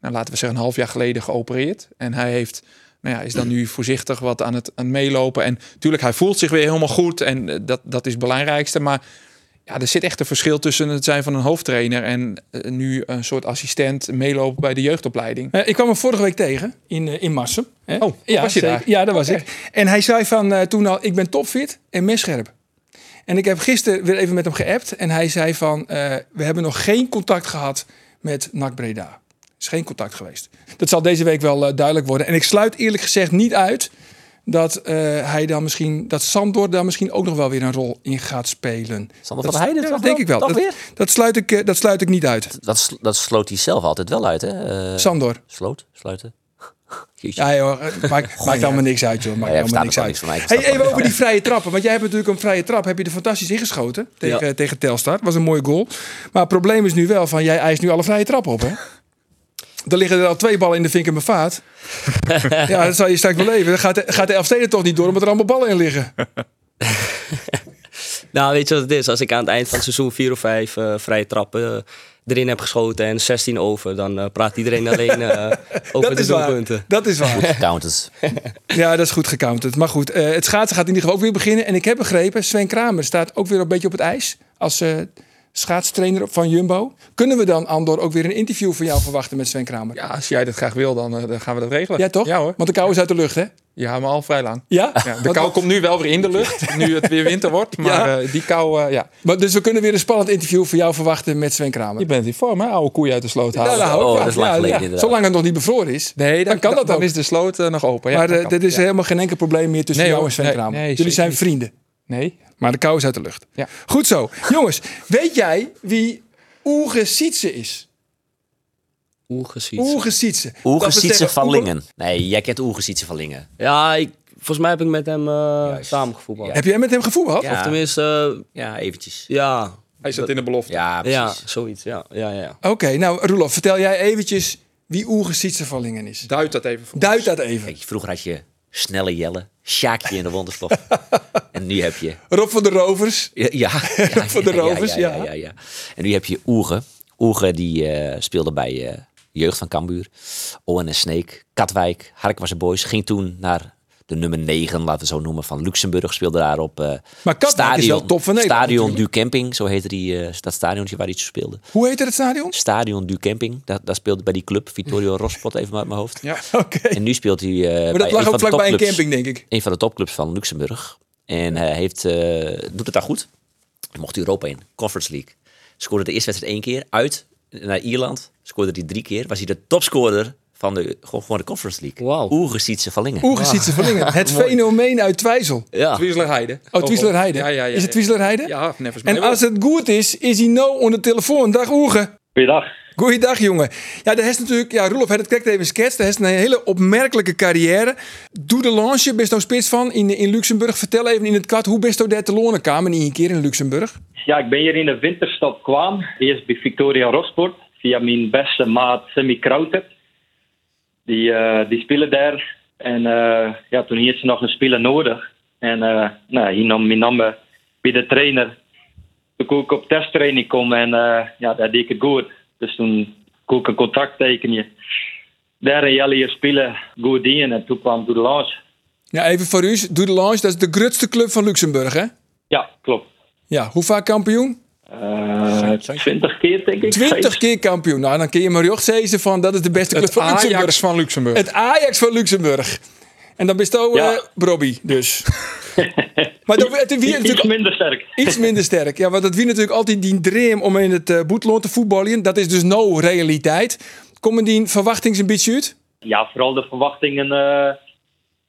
Speaker 1: laten we zeggen, een half jaar geleden geopereerd. En hij heeft, nou ja, is dan nu voorzichtig wat aan het, aan het meelopen. En natuurlijk, hij voelt zich weer helemaal goed. En eh, dat, dat is het belangrijkste. Maar ja, er zit echt een verschil tussen het zijn van een hoofdtrainer en eh, nu een soort assistent meelopen bij de jeugdopleiding.
Speaker 8: Eh, ik kwam hem vorige week tegen in, eh, in Marsum. hè.
Speaker 1: Oh,
Speaker 8: ja,
Speaker 1: was je
Speaker 8: zeker.
Speaker 1: daar?
Speaker 8: Ja, daar was ik. En hij zei van eh, toen al, ik ben topfit en messcherp. En ik heb gisteren weer even met hem geappt. En hij zei van, eh, we hebben nog geen contact gehad met NAC Breda. Er is geen contact geweest. Dat zal deze week wel eh, duidelijk worden. En ik sluit eerlijk gezegd niet uit dat eh, hij dan misschien, dat Sandor daar misschien ook nog wel weer een rol in gaat spelen.
Speaker 3: Sander
Speaker 8: dat,
Speaker 3: van Heijden
Speaker 8: ja,
Speaker 3: toch
Speaker 8: dat denk
Speaker 3: wel?
Speaker 8: ik
Speaker 3: Toch
Speaker 8: wel. Dat,
Speaker 3: weer?
Speaker 8: dat, sluit ik, eh, dat sluit ik niet uit.
Speaker 3: dat, sl- dat sloot hij zelf altijd wel uit, hè? Eh,
Speaker 8: Sandor.
Speaker 3: sloot, sluiten. Jeetje.
Speaker 8: Ja, joh, eh, maakt, maakt allemaal niks uit, joh. Maakt
Speaker 3: Ja, ja, verstaat
Speaker 8: allemaal niks
Speaker 3: ook
Speaker 8: uit.
Speaker 3: niks van mij, ik
Speaker 8: Hey,
Speaker 3: versta
Speaker 8: even
Speaker 3: ook
Speaker 8: over die vrije trappen. Want jij hebt natuurlijk een vrije trap. Heb je er fantastisch ingeschoten tegen, tegen Telstar. Was een mooie goal. Maar het probleem is nu wel van jij eist nu alle vrije trappen op, hè? Er liggen er al twee ballen in de vink en mijn vaat. ja, dat zal je straks beleven. Dan gaat de, gaat de Elfsteden toch niet door omdat er allemaal ballen in liggen.
Speaker 6: Nou, weet je wat het is? Als ik aan het eind van het seizoen vier of vijf eh, vrije trappen eh, erin heb geschoten en 16 over, dan eh, praat iedereen alleen eh, over
Speaker 8: dat
Speaker 6: de
Speaker 8: is waar.
Speaker 6: doelpunten.
Speaker 8: Dat is waar.
Speaker 3: Counters.
Speaker 8: Ja, dat is goed gecounterd. Maar goed, eh, het schaatsen gaat in ieder geval ook weer beginnen. En ik heb begrepen, Sven Kramer staat ook weer een beetje op het ijs. Als eh, schaatstrainer van Jumbo. Kunnen we dan, Andor, ook weer een interview van jou verwachten met Sven Kramer? Ja,
Speaker 1: Ja, als jij dat graag wil, dan, eh, dan gaan we dat regelen.
Speaker 8: toch?
Speaker 1: Ja hoor.
Speaker 8: Want de kou is uit de lucht, hè?
Speaker 1: Ja, maar al vrij lang.
Speaker 8: Ja?
Speaker 1: Ja, de kou komt nu wel weer in de lucht, nu het weer winter wordt. Maar eh, die kou, eh, ja.
Speaker 8: Maar, dus we kunnen weer een spannend interview van jou verwachten met Sven Kramer.
Speaker 1: Je bent in vorm, hè? Oude koeien uit de sloot
Speaker 8: Ja,
Speaker 1: halen.
Speaker 8: hou ik
Speaker 3: Oh,
Speaker 8: van.
Speaker 3: dat is lang geleden inderdaad.
Speaker 8: Zolang het nog niet bevroren is,
Speaker 1: Nee,
Speaker 8: dan, kan dat
Speaker 1: nou, dan
Speaker 8: ook.
Speaker 1: is de sloot eh, nog open. Ja,
Speaker 8: maar
Speaker 1: dat
Speaker 8: eh,
Speaker 1: kan.
Speaker 8: dit is
Speaker 1: Ja.
Speaker 8: helemaal geen enkel probleem meer tussen
Speaker 1: Nee,
Speaker 8: jou
Speaker 1: hoor.
Speaker 8: en Sven
Speaker 1: Nee,
Speaker 8: Kramer.
Speaker 1: nee,
Speaker 8: Jullie
Speaker 1: zeker
Speaker 8: zijn
Speaker 1: niet.
Speaker 8: vrienden.
Speaker 1: Nee.
Speaker 8: Maar de kou is uit de lucht.
Speaker 1: Ja.
Speaker 8: Goed zo. Jongens, weet jij wie Oege Sietse is?
Speaker 6: Oergeziet.
Speaker 8: Oege Sietse. Dat wil
Speaker 3: Oergesietse
Speaker 8: zeggen,
Speaker 3: van
Speaker 8: Oege-
Speaker 3: Lingen. Nee, jij kent Oergesietse van Lingen.
Speaker 6: Ja, ik, volgens mij heb ik met hem eh samengevoetbald.
Speaker 8: Heb jij met hem gevoetbald?
Speaker 3: Ja.
Speaker 6: Of tenminste, eh,
Speaker 3: Ja, eventjes.
Speaker 6: ja,
Speaker 1: Hij zat in de belofte.
Speaker 3: Ja,
Speaker 6: ja,
Speaker 3: precies.
Speaker 6: zoiets. Ja, ja, ja.
Speaker 8: Oké, nou Roelof, vertel jij eventjes wie Oege Sietse van Lingen is.
Speaker 1: Duid dat even voor.
Speaker 8: Duid dat even.
Speaker 3: Kijk, vroeger had je snelle Jelle, Sjaakje in de wonderstof. en nu heb je...
Speaker 8: Rob van de Rovers.
Speaker 3: Ja, ja, ja,
Speaker 8: Voor de Rovers,
Speaker 3: Ja,
Speaker 8: ja.
Speaker 3: ja, ja. En nu heb je Oege. Oege die eh, speelde bij eh, Jeugd van Cambuur. ONS Sneek, Katwijk, Harkwasse Boys. Ging toen naar de nummer 9, laten we zo noemen, van Luxemburg. Speelde daar op eh,
Speaker 8: Maar Katwijk is wel top van Nederland
Speaker 3: Stadion Du
Speaker 8: natuurlijk.
Speaker 3: Camping, zo heette die, eh, dat stadionnetje waar hij toen speelde.
Speaker 8: Hoe heette het stadion?
Speaker 3: Stadion Du Camping, daar, daar speelde bij die club Vittorio Rosspot, even uit mijn hoofd.
Speaker 8: Oké.
Speaker 3: En nu speelt hij eh, bij
Speaker 8: Maar dat lag
Speaker 3: een van de
Speaker 8: ook vlakbij een
Speaker 3: topclubs
Speaker 8: camping, denk ik.
Speaker 3: een van de topclubs van Luxemburg. En hij heeft, eh, doet het daar goed. Hij mocht Europa in, Conference League. Scoorde de eerste wedstrijd één keer uit naar Ierland. Scoorde hij drie keer. Was hij de topscorer van de, gewoon gewoon de Conference League.
Speaker 9: Wauw.
Speaker 3: Oegesietse Vallingen.
Speaker 8: Oegesietse Verlingen. Het fenomeen uit Twijzel.
Speaker 9: Ja.
Speaker 1: Twieslerheide.
Speaker 8: Oh, Twieslerheide.
Speaker 1: Ja, ja, ja.
Speaker 8: Is het Twieslerheide?
Speaker 1: Ja, nevens
Speaker 8: En als het goed is, is hij nou onder de telefoon. Dag Oege.
Speaker 6: Goeiedag.
Speaker 8: Goeiedag jongen. Ja, daar is natuurlijk, ja, Roelof had het correct even geschetst. Daar is een hele opmerkelijke carrière. Doe de launch, bist nou spits van in, in Luxemburg. Vertel even in het kat, hoe bist nou daar te lonen kwam in één keer in Luxemburg?
Speaker 6: Ja, ik ben hier in de winterstop kwam. Eerst bij Victoria Rosport. Via mijn beste maat Sammy Krauter. Die, eh, die spelen daar. En eh, ja, toen had ze nog een speler nodig. En eh, nou, hij nam mijn nummer bij de trainer. Toen kon ik op testtraining komen en eh, ja, daar deed ik het goed. Dus toen kon ik een contract tekenen. Daar in Jellier spelen goed in en toen kwam Doedelans.
Speaker 8: Ja, even voor u. Doe de launch, dat is de grootste club van Luxemburg, hè?
Speaker 6: Ja, klopt.
Speaker 8: Ja, hoe vaak kampioen?
Speaker 6: Eh 20 keer denk ik.
Speaker 8: 20 keer kampioen. Nou, dan kun je maar jocht zeggen van dat is de beste club
Speaker 1: het
Speaker 8: van Luxemburg.
Speaker 1: Ajax van Luxemburg.
Speaker 8: Het Ajax van Luxemburg. En dan bist ook
Speaker 6: Ja.
Speaker 8: eh Robbie, dus. maar dat, het, wie,
Speaker 6: Iets
Speaker 8: natuurlijk
Speaker 6: minder sterk.
Speaker 8: iets minder sterk. Ja, want dat wie natuurlijk altijd die dream om in het eh boetloon te voetballen. Dat is dus no realiteit. Komen die verwachtings een beetje uit?
Speaker 6: Ja, vooral de verwachtingen eh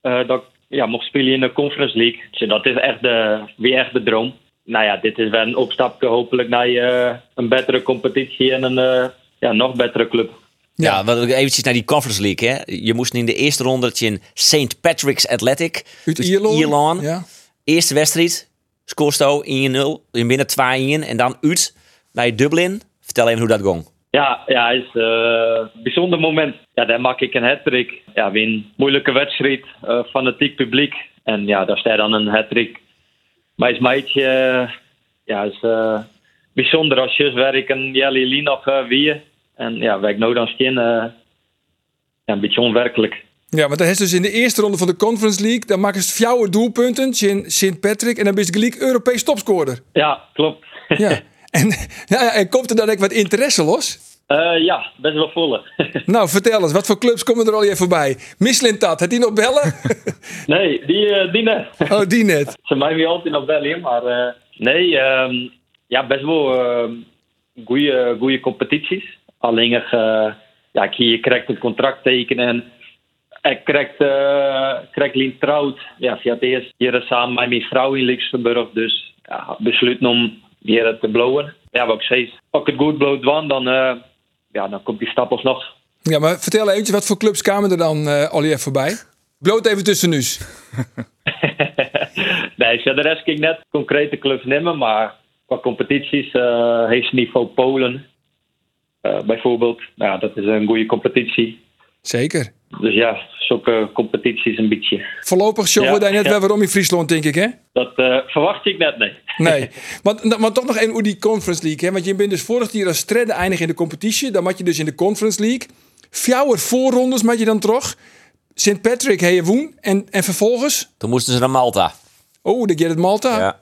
Speaker 6: eh, dat ik ja, mocht spelen in de Conference League. Dus dat is echt de, weer echt de droom. Nou ja, dit is wel een opstapje hopelijk naar eh, een betere competitie en een eh, ja, nog betere club.
Speaker 3: Ja, wat ook eventjes naar die Conference League. Hè. Je moest in de eerste ronde dat je in St. Patrick's Athletic.
Speaker 8: Uit
Speaker 3: dus
Speaker 8: Ierland?
Speaker 3: Ierland.
Speaker 8: Ja.
Speaker 3: Eerste wedstrijd. Scoorsto 1-0. Je binnen 2-1. En dan uit naar Dublin. Vertel even hoe dat ging.
Speaker 6: Ja, ja, het is eh, een bijzonder moment. Ja, daar maak ik een hat-trick. Ja, win. Moeilijke wedstrijd, eh fanatiek publiek. En ja, daar staat dan een hat-trick. Maar is meidje, eh, ja, is eh, bijzonder als je werk en Jelly Lee nog eh, weer. En ja, werk nou dan skin, eh, ja, een beetje onwerkelijk.
Speaker 8: Ja, want dan is dus in de eerste ronde van de Conference League. Dan maken ze fjouwe doelpunten, Sint- Sint Patrick. En dan ben je gelijk Europees topscorer.
Speaker 6: Ja, klopt.
Speaker 8: Ja. En, nou ja, en komt er dan ook wat interesse los?
Speaker 6: Eh, ja, best wel volle.
Speaker 8: Nou, vertel eens, wat voor clubs komen er al je voorbij? Michelin Tat, had die nog bellen?
Speaker 6: nee, die, eh, die net.
Speaker 8: Oh, die net.
Speaker 6: Ze mij weer altijd nog bellen, maar eh, nee, ehm, ja, best wel goede goede competities. Alleen, eh, ja, ik- je krijgt een contract tekenen en ik krijg, eh krijg Lien Trout. Ja, via het eerst hier samen met mijn vrouw in Luxemburg, dus ja, besluiten om hier te blowen. Ja, wat ik zei, als ik het goed bloot wan, dan, eh, ja, dan komt die stap alsnog.
Speaker 8: Ja, maar vertel eventjes, wat voor clubs kwamen er dan eh al je even voorbij? Bloot even tussen nu's.
Speaker 6: nee, ja, de rest ging net concrete clubs nemen, maar qua competities eh, heeft ze niveau Polen eh, bijvoorbeeld. Nou, ja, dat is een goede competitie.
Speaker 8: Zeker.
Speaker 6: Dus ja, zulke competities een beetje.
Speaker 8: Voorlopig showen
Speaker 6: Ja,
Speaker 8: we daar net
Speaker 6: ja.
Speaker 8: wel weer om in Friesland, denk ik, hè?
Speaker 6: Dat eh, verwacht ik net, nee.
Speaker 8: Nee. want, want toch nog één over die Conference League, hè? Want je bent dus vorig jaar als tredde eindig in de competitie. Dan had je dus in de Conference League. Fjouwer voorrondes maak je dan toch. St. Patrick, heen je woen. En, en vervolgens...
Speaker 3: Toen moesten ze naar Malta.
Speaker 8: Oh, de Gerrit Malta.
Speaker 3: Ja.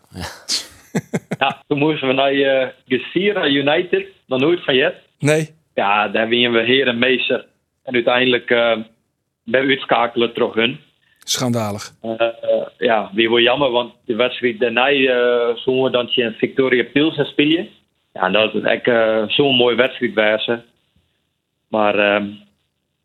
Speaker 6: Ja, toen moesten we naar eh Gesira United, nog nooit van jet.
Speaker 8: Nee.
Speaker 6: Ja, daar winnen we heer en meester. En uiteindelijk eh ben we uitschakelen door hun.
Speaker 8: Schandalig.
Speaker 6: Eh, ja, weer wel jammer, want de wedstrijd daarna eh zongen we dan tegen Victoria Pilsen spelen. Ja, dat is echt eh, zo'n mooie wedstrijd bij ze. Maar ehm,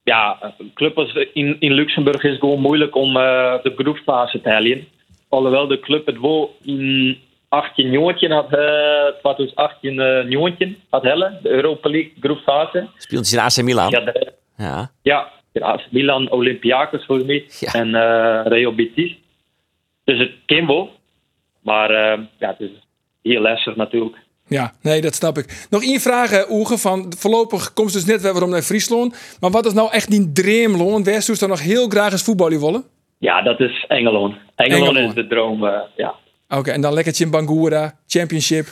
Speaker 6: ja, een club als in, in Luxemburg is gewoon moeilijk om eh, de groepsfase te halen. Alhoewel de club het wel in 18 jongetje had, eh 2018 eh, jongetje had hellen, de Europa League groepsfase.
Speaker 3: Speelt ze in AC Milan.
Speaker 6: Ja,
Speaker 3: Ja.
Speaker 6: de-
Speaker 3: ja.
Speaker 6: ja, ja, Milan, Olympiakos volgens mij.
Speaker 3: Ja.
Speaker 6: En eh Real Betis. Dus het kan wel. Maar eh, ja, het is heel lastig natuurlijk.
Speaker 8: Ja, nee, dat snap ik. Nog één vraag, eh, Oege. Van voorlopig komt ze dus net weer waarom naar Friesland. Maar wat is nou echt die dreamloon? Waar zou ze dan nog heel graag eens voetballen willen?
Speaker 6: Ja, dat is Engeland. Engeland
Speaker 8: Engeland.
Speaker 6: is de droom. eh, ja.
Speaker 8: Oké, en dan lekker in Bangura, Championship.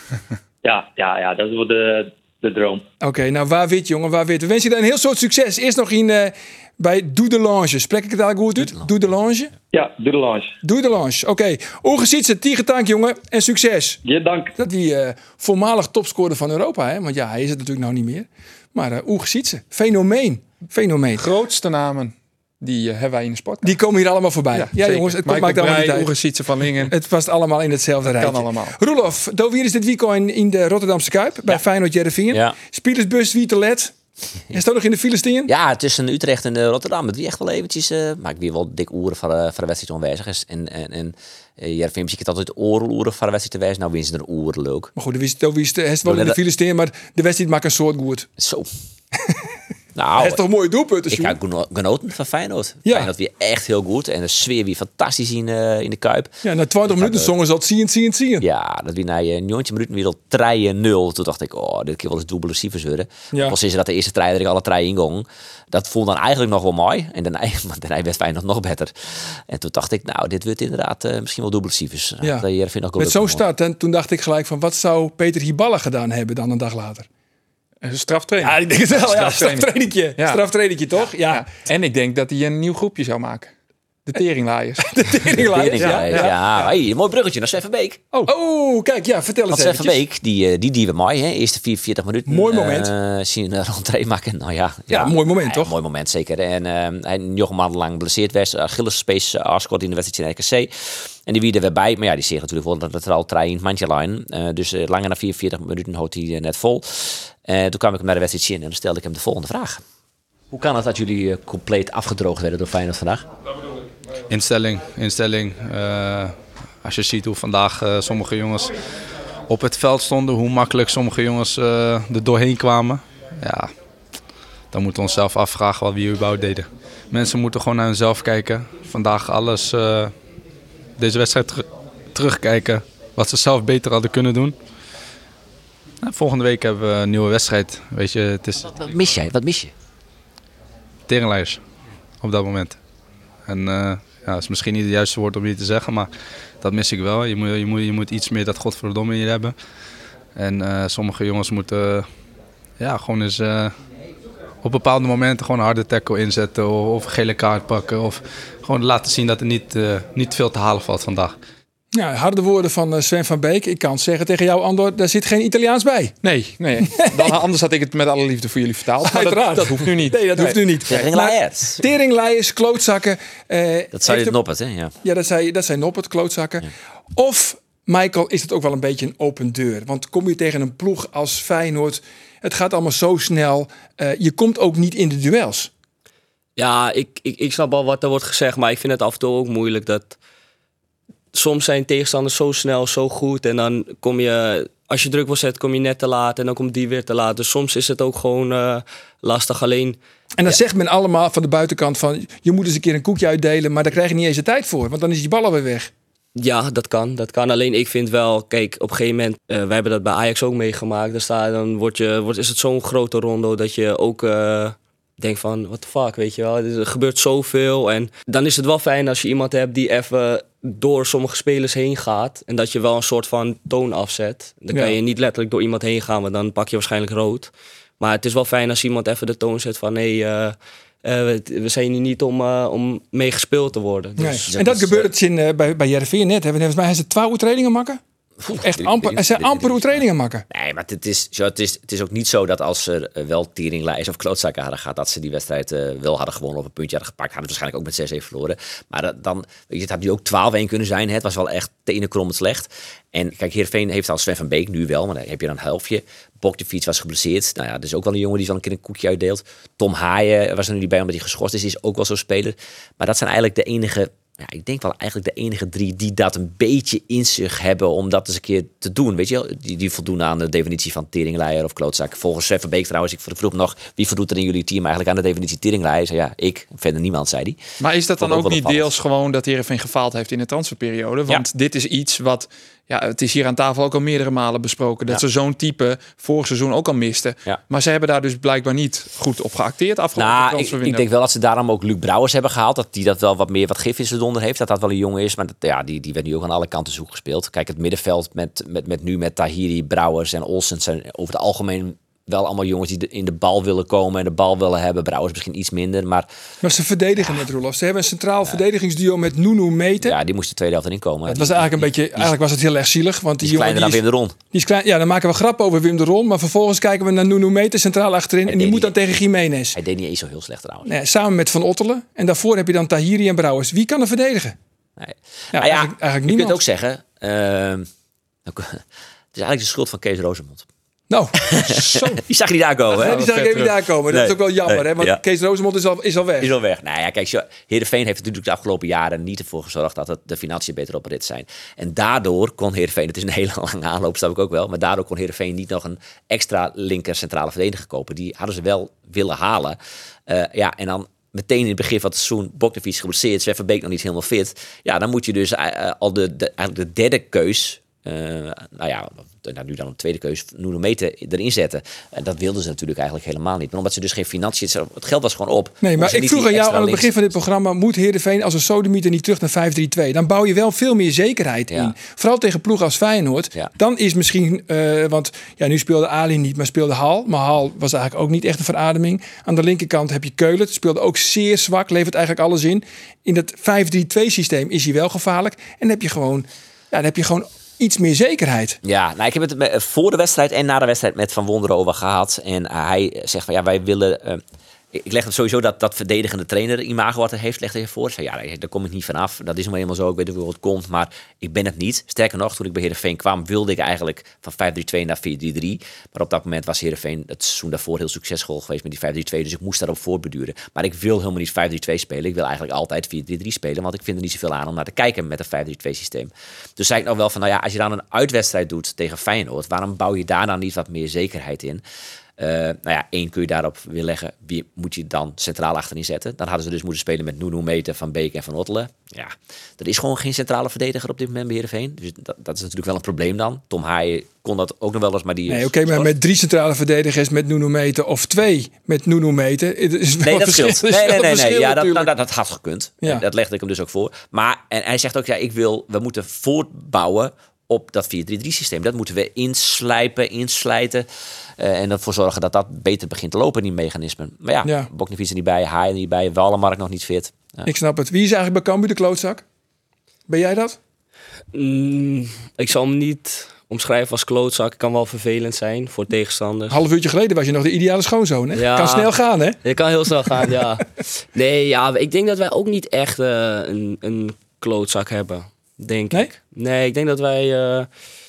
Speaker 6: Ja, ja, ja, dat is wel de, de droom.
Speaker 8: Oké, nou waar wit, jongen, waar wit. We wensen je daar een heel soort succes. Eerst nog in eh, bij Doedelange. Spreek ik het eigenlijk goed uit? Doedelange?
Speaker 6: Ja, doe de launch.
Speaker 8: Doedelange, oké. Oege ziet ze, tiger tank, jongen. En succes.
Speaker 6: Je dank.
Speaker 8: Dat die eh, voormalig topscorer van Europa, hè? want ja, hij is het natuurlijk nou niet meer. Maar eh Oege ziet ze, fenomeen. Fenomeen.
Speaker 1: Grootste namen. Die eh, hebben wij in de sport.
Speaker 8: Die komen hier allemaal voorbij. Ja,
Speaker 1: zeker.
Speaker 8: jongens, het komt-
Speaker 1: Michael
Speaker 8: maakt allemaal niet
Speaker 1: Breij,
Speaker 8: uit.
Speaker 1: Oege Sietse van Lingen.
Speaker 8: Het past allemaal in hetzelfde rijtje.
Speaker 1: kan allemaal.
Speaker 8: Roelof, Dovier is dit weekend in de Rotterdamse Kuip bij Feyenoord Jereveen.
Speaker 3: Ja.
Speaker 8: Spielersbus, wie te let? Is dat nog in de file stien?
Speaker 3: Ja, tussen Utrecht en eh, Rotterdam. Het wie echt wel eventjes... eh, maar ik wie wel dik oeren van, eh van de wedstrijd onwijzig is. En, en, en uh, Jervin het altijd oren van de wedstrijd te wijzen. Nou, winnen ze er oeren leuk.
Speaker 8: Maar goed, dan wist, dan wist, hij is wel in de
Speaker 3: dat-
Speaker 8: file stien, maar de wedstrijd maakt een soort goed.
Speaker 3: Zo.
Speaker 8: Hij
Speaker 3: nou,
Speaker 8: is toch een mooie doelpunten,
Speaker 3: ik heb geno- genoten van Feyenoord.
Speaker 8: Ja.
Speaker 3: Feyenoord weer echt heel goed. En de sfeer weer fantastisch in, eh, in de Kuip. eh,
Speaker 8: Ja, na 20 minuten zongen ze al zien, zien, zien.
Speaker 3: Ja, dat we na je njontje minuten weer al treien nul. Toen dacht ik, oh, dit keer wel eens dubbele cijfers worden.
Speaker 8: Ja.
Speaker 3: Pas sinds dat de eerste trein dat ik alle treien ingong. Dat voelde dan eigenlijk nog wel mooi. En daarna, maar daarna werd Feyenoord nog beter. En toen dacht ik, nou, dit wordt inderdaad eh, misschien wel dubbele cijfers. eh,
Speaker 8: Ja.
Speaker 3: Dat hier vind ik ook
Speaker 8: Met zo'n
Speaker 3: gelukkig, hoor.
Speaker 8: start, en toen dacht ik gelijk van, wat zou Peter Hiballa gedaan hebben dan een dag later?
Speaker 1: Een straftraining.
Speaker 8: Ja, ik denk het wel. Ja,
Speaker 1: Straftraining.
Speaker 8: straftrainingje.
Speaker 1: Ja.
Speaker 8: Straftrainingje, toch? Ja.
Speaker 1: Ja. En ik denk dat hij een nieuw groepje zou maken. De teringlaaiers.
Speaker 8: Teringlaaiers,
Speaker 3: Ja, ja. Ah, Hey, mooi bruggetje naar Sven Beek.
Speaker 8: Oh. kijk, ja, vertel
Speaker 3: Want
Speaker 8: eens
Speaker 3: Sven
Speaker 8: even.
Speaker 3: van Beek, die, eh, die dieven mooi, hè? Eerste 44 minuten.
Speaker 8: Mooi moment.
Speaker 3: eh, zien een rentree maken. Nou ja.
Speaker 8: Ja, mooi moment, toch?
Speaker 3: Mooi moment, zeker. En eh, hij nog een maand lang geblesseerd werd. Achillespees afschot in de wedstrijd in RKC. En die wie er weer bij. Maar ja, die zegt natuurlijk wel dat het er al trein in het mandje lijn. Eh, dus eh, langer dan 44 minuten houdt hij eh, net vol. Eh, toen kwam ik hem naar de wedstrijd zien en dan stelde ik hem de volgende vraag. Hoe kan het dat jullie eh, compleet afgedroogd werden door Feyenoord vandaag?
Speaker 4: Instelling, instelling. Eh, als je ziet hoe vandaag eh, sommige jongens op het veld stonden, hoe makkelijk sommige jongens eh, er doorheen kwamen. Ja, dan moeten we onszelf afvragen wat we hier überhaupt deden. Mensen moeten gewoon naar hunzelf kijken. Vandaag alles, eh, deze wedstrijd ter- terugkijken, wat ze zelf beter hadden kunnen doen. Nou, volgende week hebben we een nieuwe wedstrijd. Weet je, het is
Speaker 3: Wat mis jij? Wat mis je?
Speaker 4: teringlijst op dat moment. En eh, ja, dat is misschien niet het juiste woord om hier te zeggen, maar dat mis ik wel. Je moet, je moet, je moet iets meer dat godverdomme in je hebben. En eh, sommige jongens moeten eh, ja, gewoon eens eh, op bepaalde momenten gewoon een harde tackle inzetten of, of een gele kaart pakken. Of gewoon laten zien dat er niet, eh, niet veel te halen valt vandaag.
Speaker 8: Ja, harde woorden van eh, Sven van Beek. Ik kan zeggen tegen jou, Andor, daar zit geen Italiaans bij.
Speaker 1: Nee, nee. Dan, anders had ik het met alle liefde voor jullie vertaald. Maar dat,
Speaker 8: Uiteraard.
Speaker 1: dat hoeft nu niet.
Speaker 8: Nee, dat hoeft nu niet.
Speaker 3: Tegen
Speaker 8: Maar
Speaker 3: Laert.
Speaker 8: Teringleiers, klootzakken. eh,
Speaker 3: Dat zei
Speaker 8: heeft
Speaker 3: je
Speaker 8: de-
Speaker 3: op het, hè? Ja.
Speaker 8: Ja, dat zei, dat zei Noppert, klootzakken. Of, Michael, is het ook wel een beetje een open deur? Want kom je tegen een ploeg als Feyenoord, het gaat allemaal zo snel. eh, je komt ook niet in de duels.
Speaker 6: Ja, ik, ik, ik snap al wat er wordt gezegd, maar ik vind het af en toe ook moeilijk dat soms zijn tegenstanders zo snel, zo goed en dan kom je, als je druk wil zetten, kom je net te laat en dan komt die weer te laat. Dus soms is het ook gewoon eh, lastig. Alleen,
Speaker 8: En dan zegt men allemaal van de buitenkant van... je moet eens een keer een koekje uitdelen, maar daar krijg je niet eens de tijd voor. Want dan is die bal alweer weg.
Speaker 6: ja, dat kan, dat kan. Alleen ik vind wel, kijk, op een gegeven moment, eh wij hebben dat bij Ajax ook meegemaakt. Dan, sta, je- dan wordt je, wordt, is het zo'n grote rondo dat je ook eh, denkt van, what the fuck, weet je wel. Er gebeurt zoveel en dan is het wel fijn als je iemand hebt die even door sommige spelers heen gaat. En dat je wel een soort van toon afzet. Dan kan
Speaker 8: Ja.
Speaker 6: je niet letterlijk door iemand heen gaan, want dan pak je waarschijnlijk rood. Maar het is wel fijn als iemand even de toon zet van nee, eh, eh, we- we zijn hier niet om, eh, om mee gespeeld te worden.
Speaker 8: Nee.
Speaker 6: Dus
Speaker 8: en dat
Speaker 6: is,
Speaker 8: gebeurt
Speaker 6: eh,
Speaker 8: het in, eh, bij, bij Jereveen net. hè. Want Volgens mij hebben ze twaalf oefeningen maken. Echt amper, er zijn amper oefeningen maken.
Speaker 3: Nee, maar het is, zo, het, is, het is ook niet zo dat als er eh, wel teringlijst of klootzakken hadden gehad, dat ze die wedstrijd eh, wel hadden gewonnen of een puntje hadden gepakt. Hadden het waarschijnlijk ook met 6-1 verloren. Maar dat, dan, weet je, het had nu ook 12-1 kunnen zijn. Hè? Het was wel echt tenenkrommend slecht. En kijk, Heerenveen heeft al Sven van Beek nu wel, maar dan heb je dan een helftje. Bok de fiets was geblesseerd. Nou ja, dat is ook wel een jongen die wel een keer een koekje uitdeelt. Tom Haaien was er nu niet bij omdat hij geschorst is. Die is ook wel zo'n speler. Maar dat zijn eigenlijk de enige ja, ik denk wel eigenlijk de enige drie die dat een beetje in zich hebben om dat eens een keer te doen. Weet je wel, die, die voldoen aan de definitie van teringleier of klootzak. Volgens Sven van Beek trouwens, ik vroeg hem nog, wie voldoet er in jullie team eigenlijk aan de definitie teringleier? Hij zei, ja, ik, verder niemand, zei hij.
Speaker 1: Maar is dat dan
Speaker 3: Vond
Speaker 1: ook
Speaker 3: ik ook wel
Speaker 1: niet
Speaker 3: opvallend.
Speaker 1: deels gewoon dat Heerenveen gefaald heeft in de transferperiode? Want dit is iets wat, ja, het is hier aan tafel ook al meerdere malen besproken. Dat ze zo'n type vorig seizoen ook al misten.
Speaker 3: Ja.
Speaker 1: Maar ze hebben daar dus blijkbaar niet goed op geacteerd afgelopen
Speaker 3: Nou, ik,
Speaker 1: transferwindow.
Speaker 3: ik denk wel dat ze daarom ook Luc Brouwers hebben gehaald. Dat die dat wel wat meer wat gif in zijn donder heeft. Dat dat wel een jongen is. Maar dat, ja, die, die werd nu ook aan alle kanten zoek gespeeld. Kijk, het middenveld met, met, met nu met Tahiri, Brouwers en Olsen zijn over het algemeen
Speaker 6: wel allemaal jongens die de- in de bal willen komen en de bal willen hebben. Brouwers misschien iets minder, maar
Speaker 8: Maar ze verdedigen met Roelof. Ze hebben een centraal verdedigingsduo met Nunu Meten.
Speaker 6: ja, die moest de tweede helft erin komen.
Speaker 8: Het was eigenlijk een beetje, eigenlijk was het heel erg zielig. Want die,
Speaker 6: Die is
Speaker 8: jongen
Speaker 6: kleiner dan
Speaker 8: die
Speaker 6: Wim de Ron.
Speaker 8: Die is klein, ja, dan maken we grap over Wim de Ron. Maar vervolgens kijken we naar Nuno Meter centraal achterin. En die moet dan tegen Jiménez.
Speaker 6: Hij deed niet eens zo heel slecht trouwens.
Speaker 8: Nee, samen met Van Ottelen. En daarvoor heb je dan Tahiri en Brouwers. Wie kan er verdedigen?
Speaker 6: Nee.
Speaker 8: Ja,
Speaker 6: Nou ja,
Speaker 8: eigenlijk, eigenlijk
Speaker 6: je
Speaker 8: niemand.
Speaker 6: kunt ook zeggen, ehm, ook- het is eigenlijk de schuld van Kees Rosemond.
Speaker 8: Nou, zo.
Speaker 6: Die zag je niet aankomen.
Speaker 8: Hè,
Speaker 6: hè?
Speaker 8: die zag ik even daar komen. Dat
Speaker 6: Nee,
Speaker 8: is ook wel jammer,
Speaker 6: nee,
Speaker 8: hè? Want
Speaker 6: ja.
Speaker 8: Kees Rosemond is al, is al weg.
Speaker 6: Is al weg. Nou ja, kijk, zo- Heerenveen heeft natuurlijk de afgelopen jaren niet ervoor gezorgd dat het- de financiën beter op rit zijn. En daardoor kon Heerenveen, het is een hele lange aanloop, snap ik ook wel, maar daardoor kon Heerenveen niet nog een extra linker centrale verdediger kopen. Die hadden ze wel willen halen. Eh, ja, en dan meteen in het begin van het seizoen Boknefiets geblesseerd, Zwerverbeek nog niet helemaal fit. Ja, dan moet je dus eh, eh, al de, de, eigenlijk de derde keus eh, nou ja, de- nou, nu dan een tweede keus, Nuno Mete erin zetten. En dat wilden ze natuurlijk eigenlijk helemaal niet. Maar omdat ze dus geen financiën... Het geld was gewoon op.
Speaker 8: Nee,
Speaker 6: Omdat
Speaker 8: maar
Speaker 6: ze
Speaker 8: ik
Speaker 6: niet
Speaker 8: vroeg
Speaker 6: die
Speaker 8: aan jou
Speaker 6: extra
Speaker 8: aan het
Speaker 6: links-
Speaker 8: begin van dit programma... moet Heerenveen als een sodemieter niet terug naar 5-3-2? Dan bouw je wel veel meer zekerheid
Speaker 6: Ja.
Speaker 8: in. Vooral tegen ploeg als Feyenoord.
Speaker 6: Ja.
Speaker 8: Dan is misschien... eh, want ja, nu speelde Ali niet, maar speelde Hal. Maar Hal was eigenlijk ook niet echt een verademing. Aan de linkerkant heb je Keulen. Speelde ook zeer zwak, levert eigenlijk alles in. In dat 5-3-2-systeem is hij wel gevaarlijk. En dan heb je gewoon, ja, dan heb je gewoon iets meer zekerheid.
Speaker 6: Ja, nou, ik heb het me- voor de wedstrijd en na de wedstrijd met Van Wonderen over gehad. En hij eh, zegt van ja, wij willen. eh, ik ik leg het sowieso dat, dat verdedigende trainer imago wat hij heeft, legt hij voor. Ik Zei, ja, nee, daar kom ik niet vanaf. Dat is nou eenmaal zo. Ik weet niet hoe het komt, maar ik ben het niet. Sterker nog, toen ik bij Heerenveen kwam, wilde ik eigenlijk van 5-3-2 naar 4-3-3. Maar op dat moment was Heerenveen het seizoen daarvoor heel succesvol geweest met die 5-3-2. Dus ik moest daarop voorbeduren. Maar ik wil helemaal niet 5-3-2 spelen. Ik wil eigenlijk altijd 4-3-3 spelen. Want ik vind er niet zoveel aan om naar te kijken met een 5-3-2 systeem. Dus zei ik nou wel van, nou ja, als je dan een uitwedstrijd doet tegen Feyenoord, waarom bouw je daar dan niet wat meer zekerheid in? Eh, nou ja, één kun je daarop weer leggen. Wie moet je dan centraal achterin zetten? Dan hadden ze dus moeten spelen met Nuno Meter, Van Beek en Van Ottelen. Ja, er is gewoon geen centrale verdediger op dit moment bij Heerenveen. Dus dat, dat is natuurlijk wel een probleem dan. Tom Haaien kon dat ook nog wel eens, maar die...
Speaker 8: Nee, oké, maar met drie centrale verdedigers met Nuno Meter... of twee met Nuno Meter... het is wel
Speaker 6: Nee,
Speaker 8: een
Speaker 6: dat
Speaker 8: verschil.
Speaker 6: scheelt.
Speaker 8: Er is
Speaker 6: Nee, nee,
Speaker 8: wel
Speaker 6: nee,
Speaker 8: een
Speaker 6: nee.
Speaker 8: verschil
Speaker 6: Ja, dat,
Speaker 8: natuurlijk.
Speaker 6: nou, dat, dat had gekund.
Speaker 8: Ja.
Speaker 6: En Dat legde ik hem dus ook voor. Maar en hij zegt ook, ja, ik wil, we moeten voortbouwen op dat 4-3-3 systeem. Dat moeten we inslijpen, inslijten. eh, en ervoor zorgen dat dat beter begint te lopen, die mechanismen. Maar ja,
Speaker 8: Ja.
Speaker 6: ja. Boknevic er niet bij, Haaien er niet bij, Wallenmark nog niet fit. Ja.
Speaker 8: Ik snap het. Wie is eigenlijk bij Cambuur de klootzak? Ben jij dat?
Speaker 3: Mm, ik zal hem niet omschrijven als klootzak. Het kan wel vervelend zijn voor tegenstanders.
Speaker 8: Half uurtje geleden was je nog de ideale schoonzoon. Hè?
Speaker 3: Ja.
Speaker 8: Kan snel gaan, hè?
Speaker 3: Het kan heel snel gaan, ja. Nee, ja, ik denk dat wij ook niet echt eh, een, een klootzak hebben. Denk
Speaker 8: Nee?
Speaker 3: ik. Nee, ik denk dat wij... eh,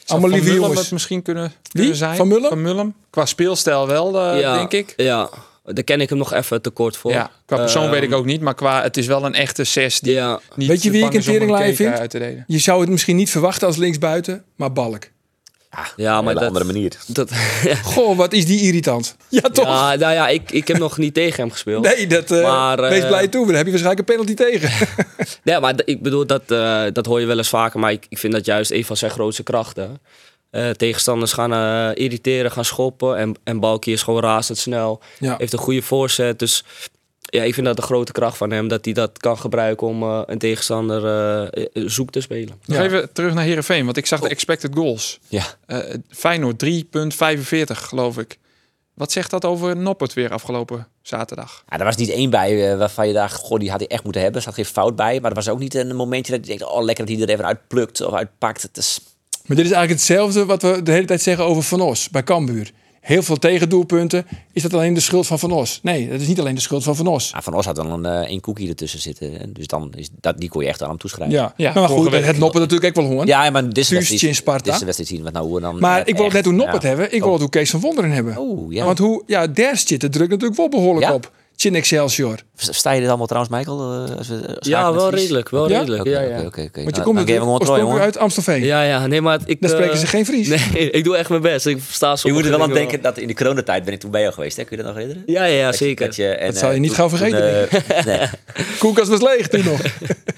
Speaker 8: Allemaal
Speaker 1: Van
Speaker 8: lieve
Speaker 1: Mullen
Speaker 8: jongens.
Speaker 1: het misschien kunnen,
Speaker 8: Wie?
Speaker 1: kunnen zijn.
Speaker 8: Van Mullen?
Speaker 1: Qua speelstijl wel, eh,
Speaker 3: ja,
Speaker 1: denk ik.
Speaker 3: Ja, daar ken ik hem nog even tekort voor.
Speaker 1: Ja, qua persoon
Speaker 3: Ehm,
Speaker 1: weet ik ook niet, maar qua het is wel een echte zes die
Speaker 3: Ja,
Speaker 1: niet
Speaker 8: Weet je wie
Speaker 1: bang
Speaker 8: ik een
Speaker 1: is om een
Speaker 8: teringlijn
Speaker 1: keker
Speaker 8: vind?
Speaker 1: uit te delen.
Speaker 8: Je zou het misschien niet verwachten als linksbuiten, maar balk.
Speaker 3: ja maar
Speaker 6: Op een
Speaker 3: dat...
Speaker 6: andere manier.
Speaker 3: dat
Speaker 8: Goh, wat is die irritant. Ja, toch?
Speaker 3: ja, nou ja, ik, ik heb nog niet tegen hem gespeeld.
Speaker 8: Nee, dat, eh
Speaker 3: Maar, eh,
Speaker 8: wees blij toe. Dan heb je waarschijnlijk een penalty tegen.
Speaker 3: Nee, maar d- ik bedoel, dat, eh, dat hoor je wel eens vaker. Maar ik, ik vind dat juist een van zijn grootste krachten. Eh, tegenstanders gaan eh, irriteren, gaan schoppen. En, en Balki is gewoon razendsnel.
Speaker 8: Ja.
Speaker 3: Heeft een goede voorzet. Dus ja, ik vind dat de grote kracht van hem. Dat hij dat kan gebruiken om eh, een tegenstander eh, eh, zoek te spelen.
Speaker 1: Nog
Speaker 8: Ja.
Speaker 1: even terug naar Herenveen, want ik zag de expected goals.
Speaker 3: Ja.
Speaker 1: Eh, Feyenoord 3,45 geloof ik. Wat zegt dat over Noppert weer afgelopen zaterdag?
Speaker 6: Ja, er was niet één bij eh, waarvan je dacht, goh, die had hij echt moeten hebben. Er zat geen fout bij. Maar er was ook niet een momentje dat je denkt, oh, lekker dat hij er even uitplukt of uitpakt. Het is...
Speaker 8: Maar dit is eigenlijk hetzelfde wat we de hele tijd zeggen over Van Os bij Cambuur. Heel veel tegendoelpunten. Is dat alleen de schuld van Van Os? Nee, dat is niet alleen de schuld van Van Os.
Speaker 6: Ah, van ons had dan een, eh, één cookie ertussen zitten. En Dus dan is dat, die kon je echt aan hem toeschrijven.
Speaker 8: Ja,
Speaker 1: Ja,
Speaker 8: maar goed,
Speaker 1: vorige week.
Speaker 8: het noppen natuurlijk ook wel hoor.
Speaker 6: Ja, maar dit is
Speaker 8: Tuurtje in Sparta.
Speaker 6: Dit is de wedstrijd zien. Wat nou, hoe dan,
Speaker 8: Maar
Speaker 6: eh,
Speaker 8: ik wil het net
Speaker 6: echt,
Speaker 8: hoe
Speaker 6: ja.
Speaker 8: Noppert hebben. Ik wil het hoe Kees van Wonderen hebben.
Speaker 6: Oeh, ja.
Speaker 8: Want hoe, ja, daar zit de druk natuurlijk wel behoorlijk
Speaker 6: Ja?
Speaker 8: op. Chin Excelsior.
Speaker 6: Sta je dit allemaal trouwens, Michael? eh, als we, eh, schaken
Speaker 3: Ja,
Speaker 6: met
Speaker 3: wel
Speaker 6: Fries?
Speaker 3: redelijk. Wel
Speaker 8: Ja?
Speaker 3: redelijk.
Speaker 6: Oké,
Speaker 3: Ja,
Speaker 6: oké,
Speaker 3: ja.
Speaker 6: oké, oké.
Speaker 8: Want je
Speaker 6: Nou, dan geven
Speaker 8: komt
Speaker 6: we
Speaker 8: natuurlijk
Speaker 6: hem een troi,
Speaker 8: oorspronkelijk
Speaker 6: jongen.
Speaker 8: uit Amstelveen.
Speaker 3: ja, ja. Nee, maar ik...
Speaker 8: Dan
Speaker 3: eh,
Speaker 8: spreken ze geen Fries.
Speaker 3: Nee, ik doe echt mijn best. Ik versta
Speaker 6: Je
Speaker 3: soms.
Speaker 6: moet er wel aan denken dat in de coronatijd ben ik toen bij jou geweest. Hè? Kun je dat nog herinneren?
Speaker 3: Ja, ja, ja,
Speaker 6: Dat je-
Speaker 3: zeker.
Speaker 6: Dat, je, en,
Speaker 8: Dat zal je
Speaker 6: eh,
Speaker 8: niet
Speaker 6: toen-
Speaker 8: gauw vergeten,
Speaker 6: toen, eh, nee, dat
Speaker 8: Koelkast was leeg toen nog.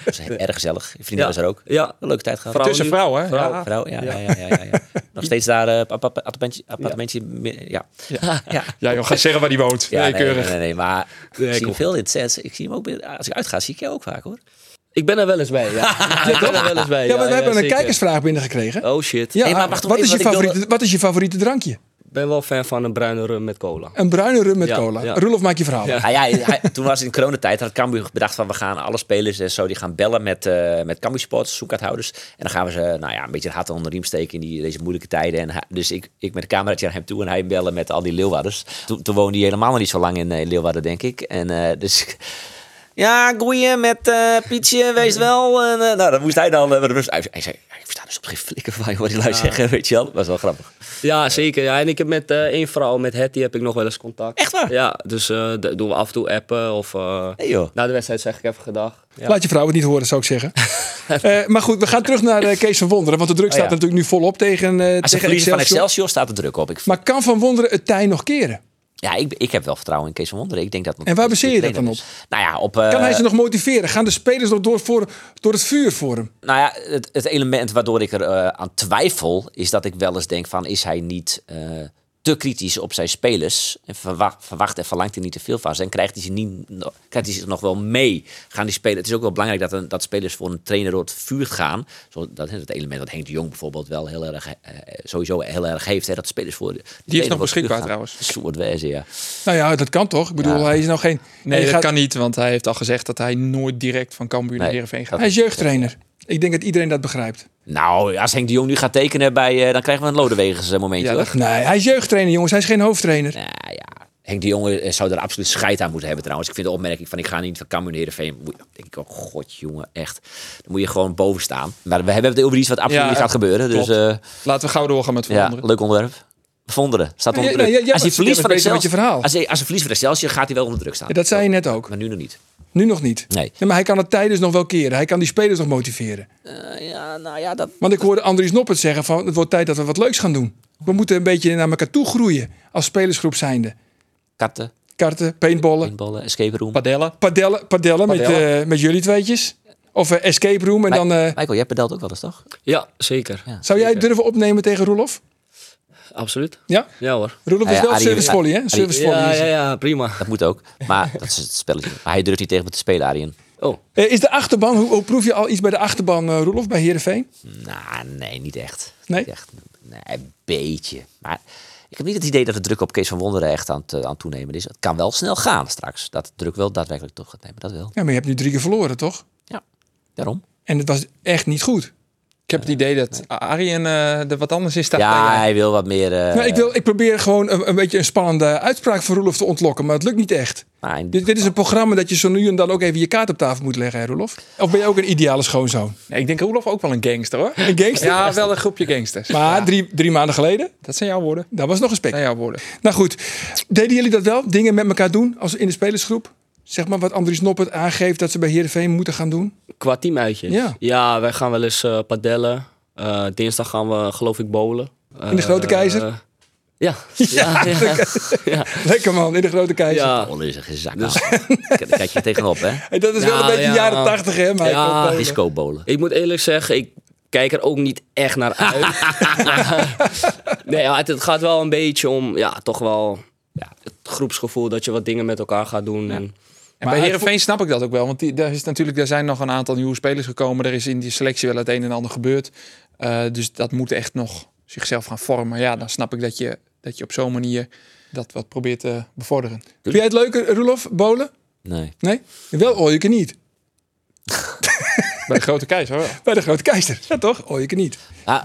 Speaker 6: was erg gezellig. Je vriendin
Speaker 3: Ja.
Speaker 6: was er ook.
Speaker 3: Ja.
Speaker 6: Een leuke tijd gehad.
Speaker 3: Vrouw
Speaker 1: Tussen
Speaker 3: nu-
Speaker 1: vrouwen, hè?
Speaker 3: vrouw.
Speaker 1: Ja.
Speaker 6: Vrouw, ja, ja, ja, ja, ja, ja. Nog steeds daar eh, op- op- op- appartementje, appartementje, mi- ja. Ja, ja.
Speaker 1: Ja, joh, ga zeggen waar die woont. nee,
Speaker 6: nee, nee,
Speaker 1: keurig.
Speaker 6: nee, nee, maar ik zie
Speaker 3: kom.
Speaker 6: hem veel in het set. Ik zie hem ook, binnen- als ik uitga, zie ik jou ook vaak, hoor.
Speaker 3: Ik ben er wel eens bij. Ja, ik ben er wel eens bij.
Speaker 8: Ja, maar we hebben een
Speaker 3: zeker.
Speaker 8: kijkersvraag binnengekregen.
Speaker 3: Oh shit.
Speaker 8: Ja,
Speaker 6: Nee, maar wacht
Speaker 8: wat,
Speaker 6: even,
Speaker 8: is je
Speaker 6: want ik
Speaker 8: favoriete, wat is je favoriete drankje?
Speaker 3: ben wel fan van een bruine rum met cola.
Speaker 8: Een bruine rum met
Speaker 3: Ja,
Speaker 8: cola.
Speaker 3: ja.
Speaker 8: Roelof, maak je verhaal.
Speaker 6: Ah, Ja. ja, hij- toen was het in coronatijd, had Cambuur bedacht van we gaan alle spelers en zo, die gaan bellen met, eh met Cambuur supporters, zoekhouders. En dan gaan we ze, nou ja, een beetje het hart onder de riem steken in die, deze moeilijke tijden. En hij- dus ik, ik met een cameraatje naar hem toe en hij bellen met al die Leeuwarders. Toen, toen woonde hij helemaal nog niet zo lang in eh, Leeuwarden, denk ik. En eh, dus... ik- Ja, goeien met eh, Pietje, wees wel. En, eh, nou, dat moest hij dan. eh, met de rust- hij, hij zei, ik versta dus op geen flikker van wat die lui zeggen, weet je wel. Dat was wel grappig.
Speaker 3: Ja, zeker. Ja, en ik heb met eh één vrouw, met Hetty, heb ik nog wel eens contact. Echt waar? Ja, dus eh, dat doen we af en toe appen of eh,
Speaker 6: Nee, joh.
Speaker 8: nou,
Speaker 3: na de wedstrijd zeg ik even gedag. Ja.
Speaker 8: Laat je vrouw het niet horen, zou ik zeggen. Eh, maar goed, we gaan terug naar eh, Kees van Wonderen. Want de druk
Speaker 6: Oh,
Speaker 8: staat
Speaker 6: ja.
Speaker 8: er natuurlijk nu volop tegen, eh tegen
Speaker 6: Als ze verliezen van
Speaker 8: Excelsior.
Speaker 6: Excelsior staat de druk op. Ik,
Speaker 8: Maar kan Van Wonderen het tij nog keren?
Speaker 6: Ja, ik, ik heb wel vertrouwen in Kees van Wonderen. Ik denk dat
Speaker 8: En waar baseer je dat dan op?
Speaker 6: Nou ja, op...
Speaker 8: Kan
Speaker 6: eh,
Speaker 8: hij ze nog motiveren? Gaan de spelers nog door, voor, door het vuur voor hem?
Speaker 6: Nou ja, het, het element waardoor ik er eh, aan twijfel... is dat ik wel eens denk van... is hij niet eh, te kritisch op zijn spelers? En verwacht, verwacht en verlangt hij niet te veel van ze? En krijgt hij ze, niet, krijgt hij ze nog wel mee? Gaan die spelen? Het is ook wel belangrijk dat, een, dat spelers voor een trainer door het vuur gaan. Zo, dat is het element dat Henk de Jong bijvoorbeeld wel heel erg... eh, sowieso heel erg heeft. Hè, dat spelers voor... Die,
Speaker 1: nog beschikbaar trouwens.
Speaker 6: Een soort wijze, ja.
Speaker 8: Nou ja, dat kan toch? Ik bedoel,
Speaker 6: Ja.
Speaker 8: hij is nou geen...
Speaker 1: Nee,
Speaker 8: hij,
Speaker 1: dat
Speaker 8: gaat-
Speaker 1: kan niet, want hij heeft al gezegd dat hij nooit direct van Cambuur naar
Speaker 6: Nee,
Speaker 1: Heerenveen gaat.
Speaker 6: dat-
Speaker 8: hij is jeugdtrainer. Ik denk dat iedereen dat begrijpt.
Speaker 6: Nou, als Henk de Jong nu gaat tekenen bij... eh, dan krijgen we een Lodewegens eh, momentje,
Speaker 1: Ja,
Speaker 6: hoor.
Speaker 1: dat-
Speaker 8: Nee, hij is jeugdtrainer, jongens. Hij is geen hoofdtrainer.
Speaker 6: Nou ja, Henk de Jonge eh, zou er absoluut scheid aan moeten hebben trouwens. Ik vind de opmerking van ik ga niet van Cambuur naar Heerenveen. Moet- dan denk ik ook, god jongen, echt. Dan moet je gewoon boven staan. Maar we hebben het over iets wat absoluut
Speaker 1: Ja,
Speaker 6: niet gaat gebeuren. Dus
Speaker 1: klopt.
Speaker 6: eh,
Speaker 1: Laten we gauw doorgaan met
Speaker 6: ja,
Speaker 1: veranderen.
Speaker 6: leuk onderwerp. Vonderen staat onder
Speaker 8: Ja,
Speaker 6: druk.
Speaker 8: ja, ja, ja,
Speaker 6: als hij
Speaker 8: maar
Speaker 6: verliest
Speaker 8: ik
Speaker 6: van
Speaker 8: ben bezig met
Speaker 6: Excelsior,
Speaker 8: je verhaal.
Speaker 6: als hij, als hij verliest van Excelsior, gaat hij wel onder druk staan.
Speaker 8: Ja, Dat zei je net ook.
Speaker 6: Maar nu nog niet.
Speaker 8: Nu nog niet.
Speaker 6: Nee.
Speaker 8: maar hij kan het tij dus nog wel keren. Hij kan die spelers nog motiveren.
Speaker 6: ja, nou ja, dat...
Speaker 8: Want ik hoorde Andries Noppert zeggen van... het wordt tijd dat we wat leuks gaan doen. We moeten een beetje naar elkaar toe groeien. Als spelersgroep zijnde.
Speaker 6: Katten,
Speaker 8: Karten, paintballen,
Speaker 6: pinballen, escape room.
Speaker 1: Padellen.
Speaker 8: padellen, padellen met,
Speaker 1: Padellen.
Speaker 8: eh, met jullie tweetjes. Of eh, escape room. En
Speaker 6: Mi-
Speaker 8: dan, eh,
Speaker 6: Michael, jij pedelt ook wel eens, toch?
Speaker 3: Ja, zeker.
Speaker 8: zou jij het durven opnemen tegen Roelof?
Speaker 3: Absoluut.
Speaker 8: Ja?
Speaker 3: Ja hoor.
Speaker 8: Roelof
Speaker 6: Ja,
Speaker 8: is
Speaker 6: ja,
Speaker 8: wel
Speaker 6: Arie-
Speaker 8: service volley, hè?
Speaker 6: Arie-
Speaker 8: Service volley
Speaker 3: Ja,
Speaker 8: is-
Speaker 3: ja, ja, prima.
Speaker 6: Dat moet ook. Maar dat is het spelletje. Maar hij durft niet tegen me te spelen, Arjen.
Speaker 3: Oh,
Speaker 8: Eh, is de achterban, hoe, hoe proef je al iets bij de achterban, eh, Roelof, bij Heerenveen?
Speaker 6: Nou, nee, niet echt.
Speaker 8: Nee?
Speaker 6: Niet echt. Nee, een beetje. Maar ik heb niet het idee dat de druk op Kees van Wonderen echt aan het, eh, aan het toenemen is. Het kan wel snel gaan straks. Dat de druk wel daadwerkelijk toch gaat nemen. Dat wel.
Speaker 8: Ja, maar je hebt nu drie keer verloren, toch?
Speaker 6: Daarom.
Speaker 8: En het was echt niet goed.
Speaker 1: Ik heb het idee dat Arjen eh, er wat anders in staat.
Speaker 6: ja,
Speaker 1: dan jij.
Speaker 6: hij wil wat meer... eh,
Speaker 8: Nou, ik, wil, ik probeer gewoon een, een beetje een spannende uitspraak van Roelof te ontlokken, maar het lukt niet echt.
Speaker 6: maar in-
Speaker 8: Dit, dit is een programma dat je zo nu en dan ook even je kaart op tafel moet leggen, hè, Roelof? Of ben je ook een ideale schoonzoon?
Speaker 1: Nee, ik denk Roelof ook wel een gangster hoor.
Speaker 8: Een gangster?
Speaker 1: Ja, wel een groepje gangsters.
Speaker 8: Maar drie, drie maanden geleden,
Speaker 1: Dat zijn jouw woorden.
Speaker 8: dat was nog een spek.
Speaker 1: Dat zijn jouw woorden.
Speaker 8: Nou goed, deden jullie dat wel? Dingen met elkaar doen als in de spelersgroep? Zeg maar wat Andries Noppert aangeeft dat ze bij Heerenveen moeten gaan doen?
Speaker 3: qua teamuitjes.
Speaker 8: Ja.
Speaker 3: ja, wij gaan wel eens eh, padellen. Eh, dinsdag gaan we, geloof ik, bowlen.
Speaker 8: In de Grote
Speaker 3: Eh,
Speaker 8: Keizer?
Speaker 3: eh, ja. Ja, ja, ja.
Speaker 8: Lekker man, in de grote keizer.
Speaker 3: Ja. Dus-
Speaker 6: Paul is een gezak. Daar kijk je tegenop, hè?
Speaker 8: Hey, dat is wel een
Speaker 3: Nou,
Speaker 8: beetje
Speaker 3: ja.
Speaker 8: jaren tachtig, hè? Maar
Speaker 3: Ja,
Speaker 8: ik-
Speaker 6: Disco bowlen.
Speaker 3: Ik moet eerlijk zeggen, ik kijk er ook niet echt naar uit. Maar- nee, ja, het, het gaat wel een beetje om ja, toch wel ja, het groepsgevoel dat je wat dingen met elkaar gaat doen. En,
Speaker 1: En
Speaker 8: Maar
Speaker 1: bij
Speaker 8: hij-
Speaker 1: Heerenveen snap ik dat ook wel. Want die, daar, is natuurlijk, daar zijn nog een aantal nieuwe spelers gekomen. Er is in die selectie wel het een en ander gebeurd. Eh, dus dat moet echt nog zichzelf gaan vormen. Ja, dan snap ik dat je, dat je op zo'n manier dat wat probeert te bevorderen.
Speaker 8: Vind jij het leuker, Roelof, bolen?
Speaker 6: Nee.
Speaker 8: Nee? Wel all you can eat.
Speaker 1: Bij de grote keizer wel.
Speaker 8: Bij de grote keizer. Ja, toch? All you can eat.
Speaker 6: Ah,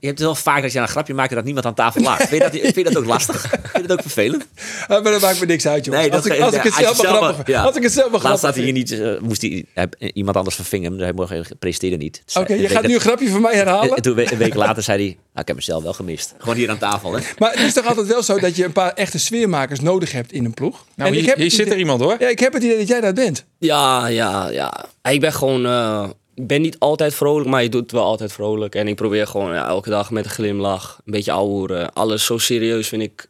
Speaker 6: je hebt het wel vaak dat je aan een grapje maakt en dat niemand aan tafel lacht. Vind je dat, vind je dat ook lastig? Vind je dat ook vervelend?
Speaker 8: Ah, maar dat maakt me niks uit, jongens.
Speaker 6: Nee, dat
Speaker 8: als, ik,
Speaker 6: ge-
Speaker 8: als ik het
Speaker 6: als je
Speaker 8: zelf maar
Speaker 6: zelf-
Speaker 8: grappig
Speaker 6: ja.
Speaker 8: Als ik het zelf maar
Speaker 6: Laatst
Speaker 8: grappig
Speaker 6: staat hij hier niet, eh, moest hij, hij- iemand anders vervingen. hem, dus Hij mocht presteren niet. Dus
Speaker 8: Oké,
Speaker 6: hij-
Speaker 8: je
Speaker 6: weet
Speaker 8: gaat
Speaker 6: dat-
Speaker 8: nu een grapje van mij
Speaker 6: En,
Speaker 8: herhalen.
Speaker 6: en Eh, toen we- een week later zei hij, nou, ik heb mezelf wel gemist. Gewoon hier aan tafel, hè?
Speaker 8: Maar het is toch altijd wel zo dat je een paar echte sfeermakers nodig hebt in een ploeg?
Speaker 1: Nou,
Speaker 8: En
Speaker 1: hier,
Speaker 8: ik heb
Speaker 1: hier
Speaker 8: het
Speaker 1: zit
Speaker 8: idee-
Speaker 1: er iemand hoor.
Speaker 8: Ja, ik heb het idee dat jij dat bent.
Speaker 3: ja, ja, ja. Ik ben gewoon, eh, ik ben niet altijd vrolijk, maar je doet het wel altijd vrolijk. En ik probeer gewoon ja, elke dag met een glimlach, een beetje ouwehoeren. Alles zo serieus vind ik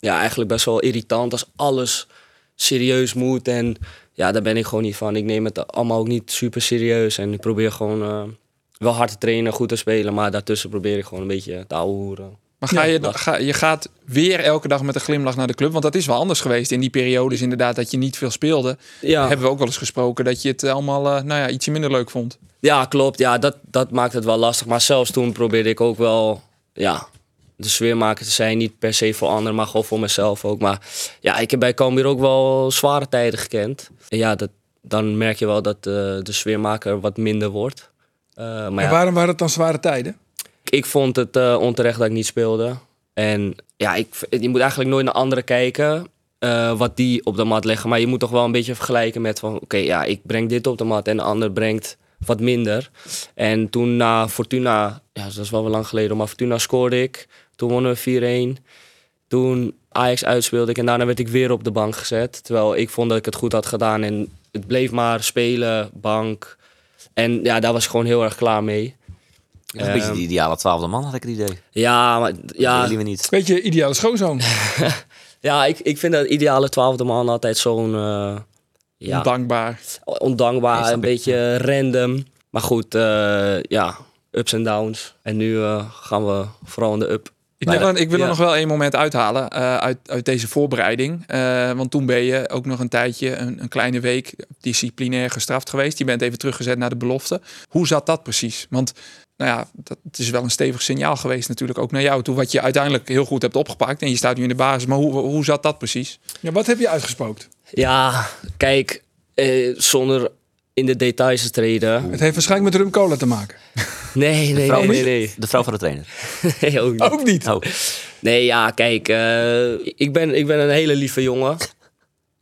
Speaker 3: ja, eigenlijk best wel irritant als alles serieus moet. En ja, daar ben ik gewoon niet van. Ik neem het allemaal ook niet super serieus. En ik probeer gewoon eh, wel hard te trainen, goed te spelen. Maar daartussen probeer ik gewoon een beetje te ouwehoeren.
Speaker 1: Maar ga je, ga, je gaat weer elke dag met een glimlach naar de club. Want dat is wel anders geweest in die periodes inderdaad. Dat je niet veel speelde.
Speaker 3: Ja.
Speaker 1: Hebben we ook wel eens gesproken dat je het allemaal eh, nou ja, ietsje minder leuk vond.
Speaker 3: Ja, klopt. Ja, dat, dat maakt het wel lastig. Maar zelfs toen probeerde ik ook wel ja,
Speaker 6: de sfeermaker te zijn. Niet per se voor anderen, maar gewoon voor mezelf ook. Maar ja, ik heb bij Cambuur ook wel zware tijden gekend. En ja, dat, dan merk je wel dat eh, de sfeermaker wat minder wordt. Eh, maar
Speaker 8: En
Speaker 6: ja,
Speaker 8: waarom waren het dan zware tijden?
Speaker 6: ik vond het eh, onterecht dat ik niet speelde. En ja, ik, v- je moet eigenlijk nooit naar anderen kijken eh, wat die op de mat leggen. Maar je moet toch wel een beetje vergelijken met van... Oké, ja, ik breng dit op de mat en de ander brengt wat minder. En toen na Fortuna, ja, dus dat is wel weer lang geleden, maar Fortuna scoorde ik. Toen wonnen we 4-1. Toen Ajax uitspeelde ik en daarna werd ik weer op de bank gezet. Terwijl ik vond dat ik het goed had gedaan en het bleef maar spelen, bank. En ja, daar was ik gewoon heel erg klaar mee.
Speaker 3: Dat is een beetje de ideale twaalfde man, had ik het idee.
Speaker 6: eh, Ja, maar ja,
Speaker 3: Dat willen we niet.
Speaker 8: Weet je, ideale schoonzoon.
Speaker 6: ja ik, ik vind dat ideale twaalfde man altijd zo'n... eh, ja,
Speaker 1: Dankbaar.
Speaker 6: ondankbaar, een beetje random. Maar goed, eh, ja, ups en downs. En nu eh, gaan we vooral in de up.
Speaker 1: Ik wil,
Speaker 6: Maar-
Speaker 1: dan, ik wil
Speaker 6: Nou ja.
Speaker 1: er nog wel één moment uithalen eh, uit, uit deze voorbereiding. Eh, want toen ben je ook nog een tijdje, een, een kleine week, disciplinair gestraft geweest. Je bent even teruggezet naar de belofte. Hoe zat dat precies? Want nou ja, dat het is wel een stevig signaal geweest natuurlijk ook naar jou toe. Wat je uiteindelijk heel goed hebt opgepakt en je staat nu in de basis. Maar hoe, hoe zat dat precies?
Speaker 8: Ja, wat heb je uitgespookt?
Speaker 6: Ja, kijk, eh, zonder in de details te treden.
Speaker 8: Het heeft waarschijnlijk met rum cola te maken.
Speaker 6: Nee, nee,
Speaker 3: Vrouw
Speaker 6: nee,
Speaker 3: van-
Speaker 6: nee. nee.
Speaker 3: De vrouw van de trainer.
Speaker 6: Nee, ook niet.
Speaker 8: Ook niet.
Speaker 3: Oh,
Speaker 6: Nee, ja, kijk, eh, ik, ben, ik ben een hele lieve jongen.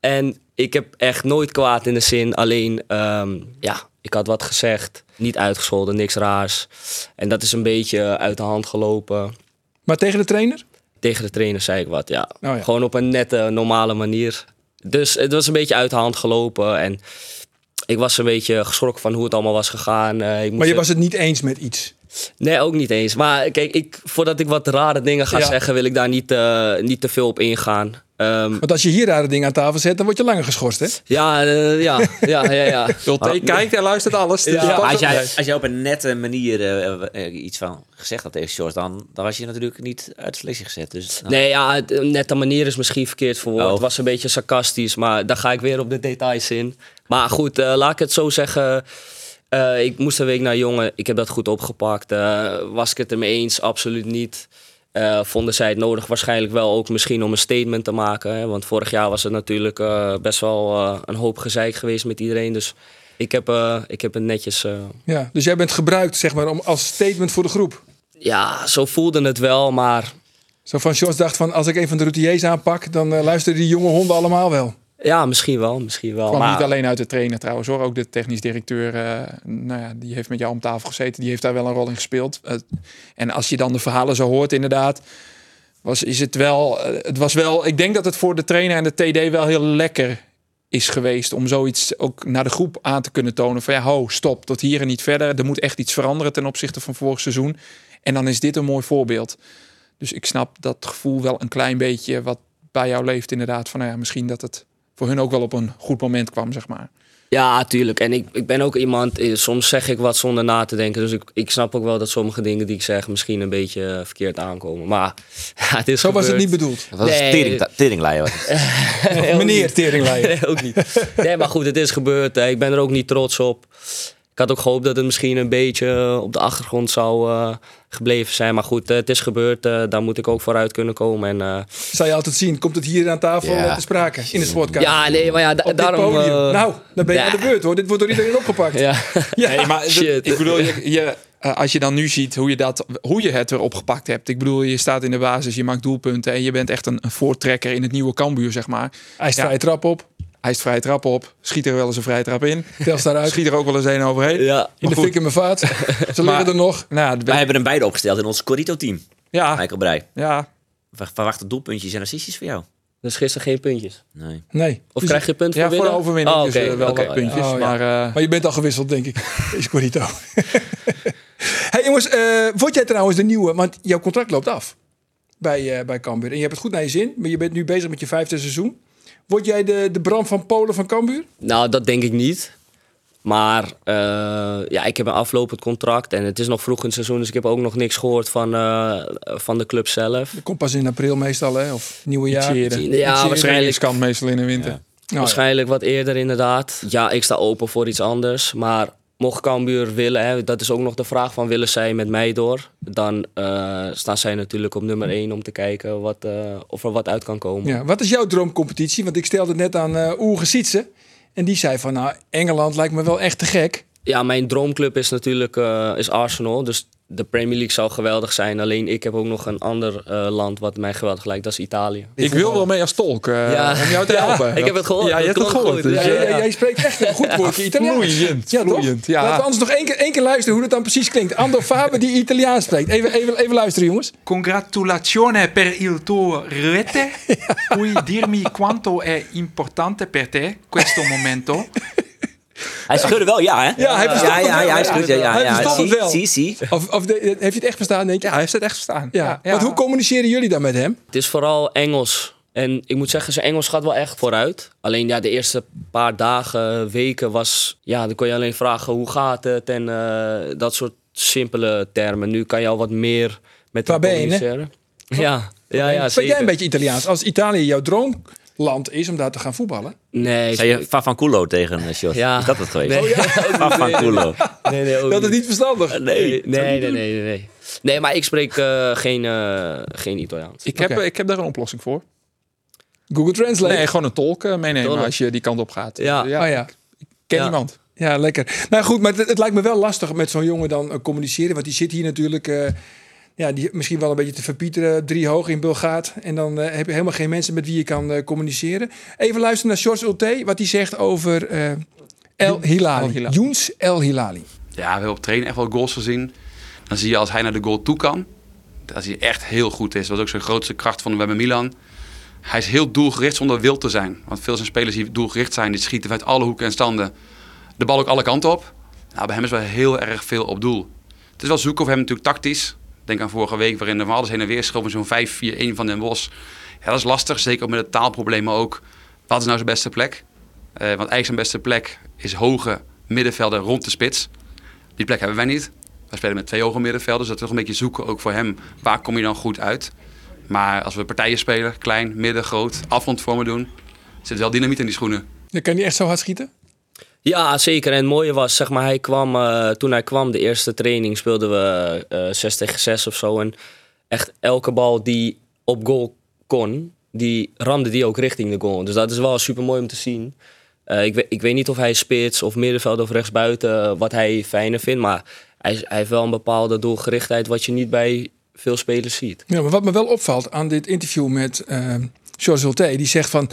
Speaker 6: En ik heb echt nooit kwaad in de zin. Alleen, ehm, ja, ik had wat gezegd. Niet uitgescholden, niks raars. En dat is een beetje uit de hand gelopen.
Speaker 8: Maar tegen de trainer?
Speaker 6: Tegen de trainer zei ik wat, ja.
Speaker 8: Oh ja.
Speaker 6: Gewoon op een nette, normale manier. Dus het was een beetje uit de hand gelopen. En ik was een beetje geschrokken van hoe het allemaal was gegaan. Eh, ik
Speaker 8: Maar
Speaker 6: moest
Speaker 8: je was het niet eens met iets.
Speaker 6: Nee, ook niet eens. Maar kijk, ik, voordat ik wat rare dingen ga
Speaker 8: Ja.
Speaker 6: zeggen, wil ik daar niet, eh, niet te veel op ingaan. Ehm,
Speaker 8: Want als je hier rare dingen aan tafel zet, dan word je langer geschorst, hè?
Speaker 6: ja, eh, ja, ja, ja, ja.
Speaker 1: Hij kijkt en luistert alles. dus
Speaker 6: Ja.
Speaker 1: pas
Speaker 3: als,
Speaker 1: op.
Speaker 3: jij,
Speaker 1: Nee.
Speaker 3: als jij op een nette manier eh, eh, iets van gezegd had tegen Shorts, dan, dan was je natuurlijk niet uit de selectie gezet. Dus, nou,
Speaker 6: Nee, ja, het- eh, net de manier is misschien verkeerd verwoord.
Speaker 3: Oh.
Speaker 6: Het was een beetje sarcastisch, maar daar ga ik weer op de details in. Maar goed, eh, laat ik het zo zeggen. Eh, ik moest een week naar jongen. Ik heb dat goed opgepakt. Eh, was ik het ermee eens? Absoluut niet. Eh, vonden zij het nodig? Waarschijnlijk wel ook misschien om een statement te maken. Hè? Want vorig jaar was het natuurlijk eh, best wel eh, een hoop gezeik geweest met iedereen. Dus ik heb, eh, ik heb het netjes... eh,
Speaker 8: Ja. Dus jij bent gebruikt, zeg maar, om, als statement voor de groep.
Speaker 6: ja, zo voelde het wel, maar...
Speaker 8: Zo van Sjors dacht van, als ik een van de routiers aanpak, dan eh, luisteren die jonge honden allemaal wel.
Speaker 6: Ja, misschien wel, misschien wel.
Speaker 1: kwam
Speaker 6: maar...
Speaker 1: niet alleen uit de trainer trouwens hoor. Ook de technisch directeur, eh, nou ja, die heeft met jou om tafel gezeten. Die heeft daar wel een rol in gespeeld. Eh, en als je dan de verhalen zo hoort inderdaad. Was, is het, wel, eh, het was wel, ik denk dat het voor de trainer en de TD wel heel lekker is geweest. Om zoiets ook naar de groep aan te kunnen tonen. Van ja, ho, stop, tot hier en niet verder. Er moet echt iets veranderen ten opzichte van vorig seizoen. En dan is dit een mooi voorbeeld. Dus ik snap dat gevoel wel een klein beetje wat bij jou leeft inderdaad. Van nou ja, misschien dat het voor hun ook wel op een goed moment kwam, zeg maar.
Speaker 6: Ja, tuurlijk. En ik, ik ben ook iemand, eh, soms zeg ik wat zonder na te denken. Dus ik, ik snap ook wel dat sommige dingen die ik zeg misschien een beetje eh, verkeerd aankomen. Maar ja, het is
Speaker 8: Zo was het niet
Speaker 6: gebeurd.
Speaker 8: bedoeld.
Speaker 3: dat was
Speaker 6: Nee.
Speaker 3: een tering, teringleier. was het.
Speaker 6: Heel
Speaker 8: Meneer
Speaker 6: niet.
Speaker 8: Teringleier.
Speaker 6: Nee, ook niet. Nee, maar goed, het is gebeurd. Eh, Ik ben er ook niet trots op. Ik had ook gehoopt dat het misschien een beetje eh, op de achtergrond zou eh, gebleven zijn. Maar goed, eh, het is gebeurd. eh, daar moet ik ook vooruit kunnen komen. En, eh,
Speaker 8: Zou je altijd zien, komt het hier aan tafel
Speaker 3: Ja.
Speaker 8: eh, te sprake in het sportkamer.
Speaker 6: ja, nee, maar ja, da-
Speaker 8: Op dit
Speaker 6: daarom...
Speaker 8: podium.
Speaker 6: eh,
Speaker 8: nou, dan ben je
Speaker 6: ja.
Speaker 8: aan de beurt hoor. Dit wordt door iedereen opgepakt.
Speaker 6: Ja.
Speaker 1: Nee, maar dat-
Speaker 6: Shit.
Speaker 1: ik bedoel, je, je, eh, als je dan nu ziet hoe je, dat, hoe je het weer opgepakt hebt. Ik bedoel, je staat in de basis, je maakt doelpunten en je bent echt een, een voortrekker in het nieuwe Kambuur, zeg maar.
Speaker 8: Hij staat je trap op,
Speaker 1: Hij is vrije trap op, schiet er wel eens een vrije trap in.
Speaker 8: Tels daaruit.
Speaker 1: Schiet er ook wel eens een overheen.
Speaker 6: ja.
Speaker 8: in de
Speaker 1: goed.
Speaker 8: fik in mijn vaat. Ze liggen
Speaker 1: Maar-
Speaker 8: er nog.
Speaker 1: Nou, ja, de-
Speaker 3: Wij hebben hem beide opgesteld in ons Corito-team,
Speaker 1: ja,
Speaker 3: Michael Breij.
Speaker 1: ja,
Speaker 3: We verwachten doelpuntjes en assistjes voor jou.
Speaker 6: Dus gisteren geen puntjes.
Speaker 3: Nee.
Speaker 8: Nee.
Speaker 6: Of krijg je punt voor
Speaker 1: ja, voor de
Speaker 6: winnen?
Speaker 1: overwinning
Speaker 6: Oh,
Speaker 1: dus
Speaker 6: oké,
Speaker 1: eh, wel
Speaker 6: oké.
Speaker 1: wat puntjes.
Speaker 8: Oh, ja.
Speaker 1: Maar eh,
Speaker 8: Maar je bent al gewisseld, denk ik. Is Corito. hey jongens, eh, word jij trouwens de nieuwe? Want jouw contract loopt af bij, eh, bij Cambuur. En je hebt het goed naar je zin, maar je bent nu bezig met je vijfde seizoen. Word jij de, de Bram van Polen van Cambuur?
Speaker 6: Nou, dat denk ik niet. Maar eh, ja, ik heb een aflopend contract en het is nog vroeg in het seizoen, dus ik heb ook nog niks gehoord van, eh, van de club zelf.
Speaker 1: Oh,
Speaker 8: Dat komt pas in april meestal, hè? Of nieuwe
Speaker 1: iets
Speaker 8: jaar.
Speaker 1: eerder.
Speaker 6: Ja, waarschijnlijk,
Speaker 1: Trainingskamp meestal in de winter.
Speaker 8: Nou, ja.
Speaker 6: waarschijnlijk wat eerder inderdaad. Ja, ik sta open voor iets anders, maar mocht Cambuur willen, hè, dat is ook nog de vraag van willen zij met mij door, dan eh, staan zij natuurlijk op nummer 1 om te kijken wat, eh, of er wat uit kan komen.
Speaker 8: Ja, wat is jouw droomcompetitie? Want ik stelde net aan eh Oege Sietse. En die zei van, nou, Engeland lijkt me wel echt te gek.
Speaker 6: Ja, mijn droomclub is natuurlijk eh, is Arsenal. Dus de Premier League zou geweldig zijn. Alleen ik heb ook nog een ander eh, land wat mij geweldig lijkt. Dat is Italië.
Speaker 1: Ik wil wel mee als tolk eh,
Speaker 6: Ja.
Speaker 1: om jou te
Speaker 6: Ja,
Speaker 1: helpen.
Speaker 6: ik heb het gehoord.
Speaker 1: Ja, je
Speaker 6: Dat
Speaker 1: hebt het
Speaker 6: klonk
Speaker 1: gehoord.
Speaker 6: goed.
Speaker 1: dus,
Speaker 8: Ja,
Speaker 1: eh,
Speaker 8: ja, Jij spreekt echt een goed woordje Italiaans.
Speaker 1: Ah, Vloeiend,
Speaker 8: Ja, toch?
Speaker 1: vloeiend, ja.
Speaker 8: Laten we anders nog één keer, één keer luisteren hoe dat dan precies klinkt. Ando Faber die Italiaans spreekt. Even, even, even luisteren, jongens.
Speaker 10: Congratulazione per il tuo rete. Puoi dirmi quanto è importante per te questo momento?
Speaker 3: Hij schudde wel ja, hè?
Speaker 8: Ja, hij verstaat
Speaker 3: ja, ja, ja,
Speaker 8: het wel.
Speaker 3: hij schudt ja, ja,
Speaker 8: Hij
Speaker 3: ja.
Speaker 8: verstaat het
Speaker 3: Zie,
Speaker 8: wel.
Speaker 3: Zie, zie.
Speaker 8: Of, of de- heeft je het echt verstaan, denk je?
Speaker 1: Ja, hij heeft het echt verstaan.
Speaker 8: Ja. Want hoe communiceren jullie dan met hem?
Speaker 6: Het is vooral Engels. En ik moet zeggen, zijn Engels gaat wel echt vooruit. Alleen ja, de eerste paar dagen, weken was... Ja, dan kon je alleen vragen hoe gaat het en eh, dat soort simpele termen. Nu kan je al wat meer met hem
Speaker 8: Waar ben je, hè?
Speaker 6: communiceren. Ja, Nou ja, ja,
Speaker 8: Spreek jij
Speaker 6: zeker.
Speaker 8: een beetje Italiaans? Als Italië jouw droomland is om daar te gaan voetballen.
Speaker 6: Nee,
Speaker 3: Zei je Favanculo tegen eh, Sjors?
Speaker 6: Ja.
Speaker 3: Is dat het geweest?
Speaker 6: Nee.
Speaker 3: Favanculo.
Speaker 6: nee, nee, ook
Speaker 8: Dat is
Speaker 6: niet.
Speaker 8: niet
Speaker 1: Eh,
Speaker 8: verstandig.
Speaker 6: Nee, nee, nee, nee, nee, nee. Nee, maar ik spreek eh, geen, eh, geen Italiaans.
Speaker 1: Ik heb,
Speaker 8: Oké.
Speaker 1: ik heb daar een oplossing voor.
Speaker 8: Google Translate.
Speaker 1: Nee, gewoon een tolk eh, meenemen
Speaker 6: Tolk.
Speaker 1: als je die kant op gaat.
Speaker 6: Ja.
Speaker 1: ja.
Speaker 8: Oh ja.
Speaker 1: Ken
Speaker 6: Ja.
Speaker 1: iemand.
Speaker 8: Ja, lekker. Nou goed, maar het, het lijkt me wel lastig met zo'n jongen dan eh, communiceren. Want die zit hier natuurlijk eh, ja, die, misschien wel een beetje te verpieteren. Drie hoog in Bulgaat. En dan eh, heb je helemaal geen mensen met wie je kan eh, communiceren. Even luisteren naar George Ulte, wat hij zegt over eh, El
Speaker 1: El
Speaker 8: Hilali.
Speaker 1: Hilali.
Speaker 8: Younes El Hilali.
Speaker 10: Ja, we hebben op training echt wel goals gezien. Dan zie je als hij naar de goal toe kan, dat hij echt heel goed is. Dat was ook zijn grootste kracht van bij Milan. Hij is heel doelgericht zonder wild te zijn. Want veel zijn spelers die doelgericht zijn, die schieten vanuit alle hoeken en standen. De bal ook alle kanten op. Nou, bij hem is wel heel erg veel op doel. Het is wel zoeken of hem natuurlijk tactisch. Denk aan vorige week waarin de van alles heen en weer schoof met zo'n 5-4-1 van Den Bosch. Ja, dat is lastig, zeker met het taalprobleem, maar ook wat is nou zijn beste plek? Eh, want eigenlijk zijn beste plek is hoge middenvelden rond de spits. Die plek hebben wij niet. Wij spelen met twee hoge middenvelders. Dat is toch een beetje zoeken ook voor hem. Waar kom je dan goed uit? Maar als we partijen spelen, klein, midden, groot, afrondvormen doen, zit wel dynamiet in die schoenen.
Speaker 8: Dan kan hij echt zo hard schieten.
Speaker 6: Ja, zeker. En het mooie was, zeg maar, hij kwam, eh, toen hij kwam, de eerste training, speelden we eh 6 tegen 6 of zo. En echt elke bal die op goal kon, die ramde die ook richting de goal. Dus dat is wel super mooi om te zien. Eh, ik, weet, ik weet niet of hij spits of middenveld of rechtsbuiten, eh, wat hij fijner vindt. Maar hij, hij heeft wel een bepaalde doelgerichtheid, wat je niet bij veel spelers ziet.
Speaker 8: Ja, maar wat me wel opvalt aan dit interview met eh George Hulté, die zegt van,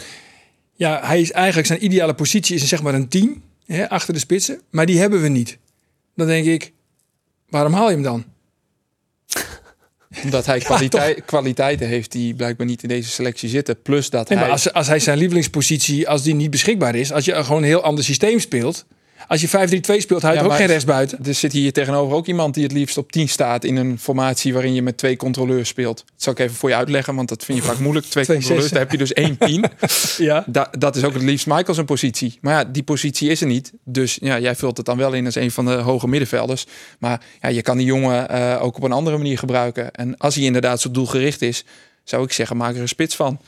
Speaker 8: ja, hij is eigenlijk zijn ideale positie is zeg maar een team hè, achter de spitsen, maar die hebben we niet. Dan denk ik, waarom haal je hem dan?
Speaker 1: Omdat hij kwalitei- kwaliteiten heeft die blijkbaar niet in deze selectie zitten. Plus dat
Speaker 8: Nee, maar
Speaker 1: hij...
Speaker 8: als, als hij zijn lievelingspositie, als die niet beschikbaar is, als je gewoon een heel ander systeem speelt, als je 5-3-2 speelt, hij
Speaker 1: Ja,
Speaker 8: heeft ook
Speaker 1: maar-
Speaker 8: geen rechtsbuiten.
Speaker 1: Er zit hier tegenover ook iemand die het liefst op 10 staat in een formatie waarin je met twee controleurs speelt. Dat zal ik even voor je uitleggen, want dat vind je vaak moeilijk. Twee,
Speaker 8: Twee
Speaker 1: controleurs,
Speaker 8: zessen.
Speaker 1: daar heb je dus één 10.
Speaker 8: Ja.
Speaker 1: Da- dat is ook het liefst Michael zijn positie. Maar ja, die positie is er niet. Dus ja, jij vult het dan wel in als een van de hoge middenvelders. Maar ja, je kan die jongen eh, ook op een andere manier gebruiken. En als hij inderdaad zo doelgericht is, zou ik zeggen, maak er een spits van.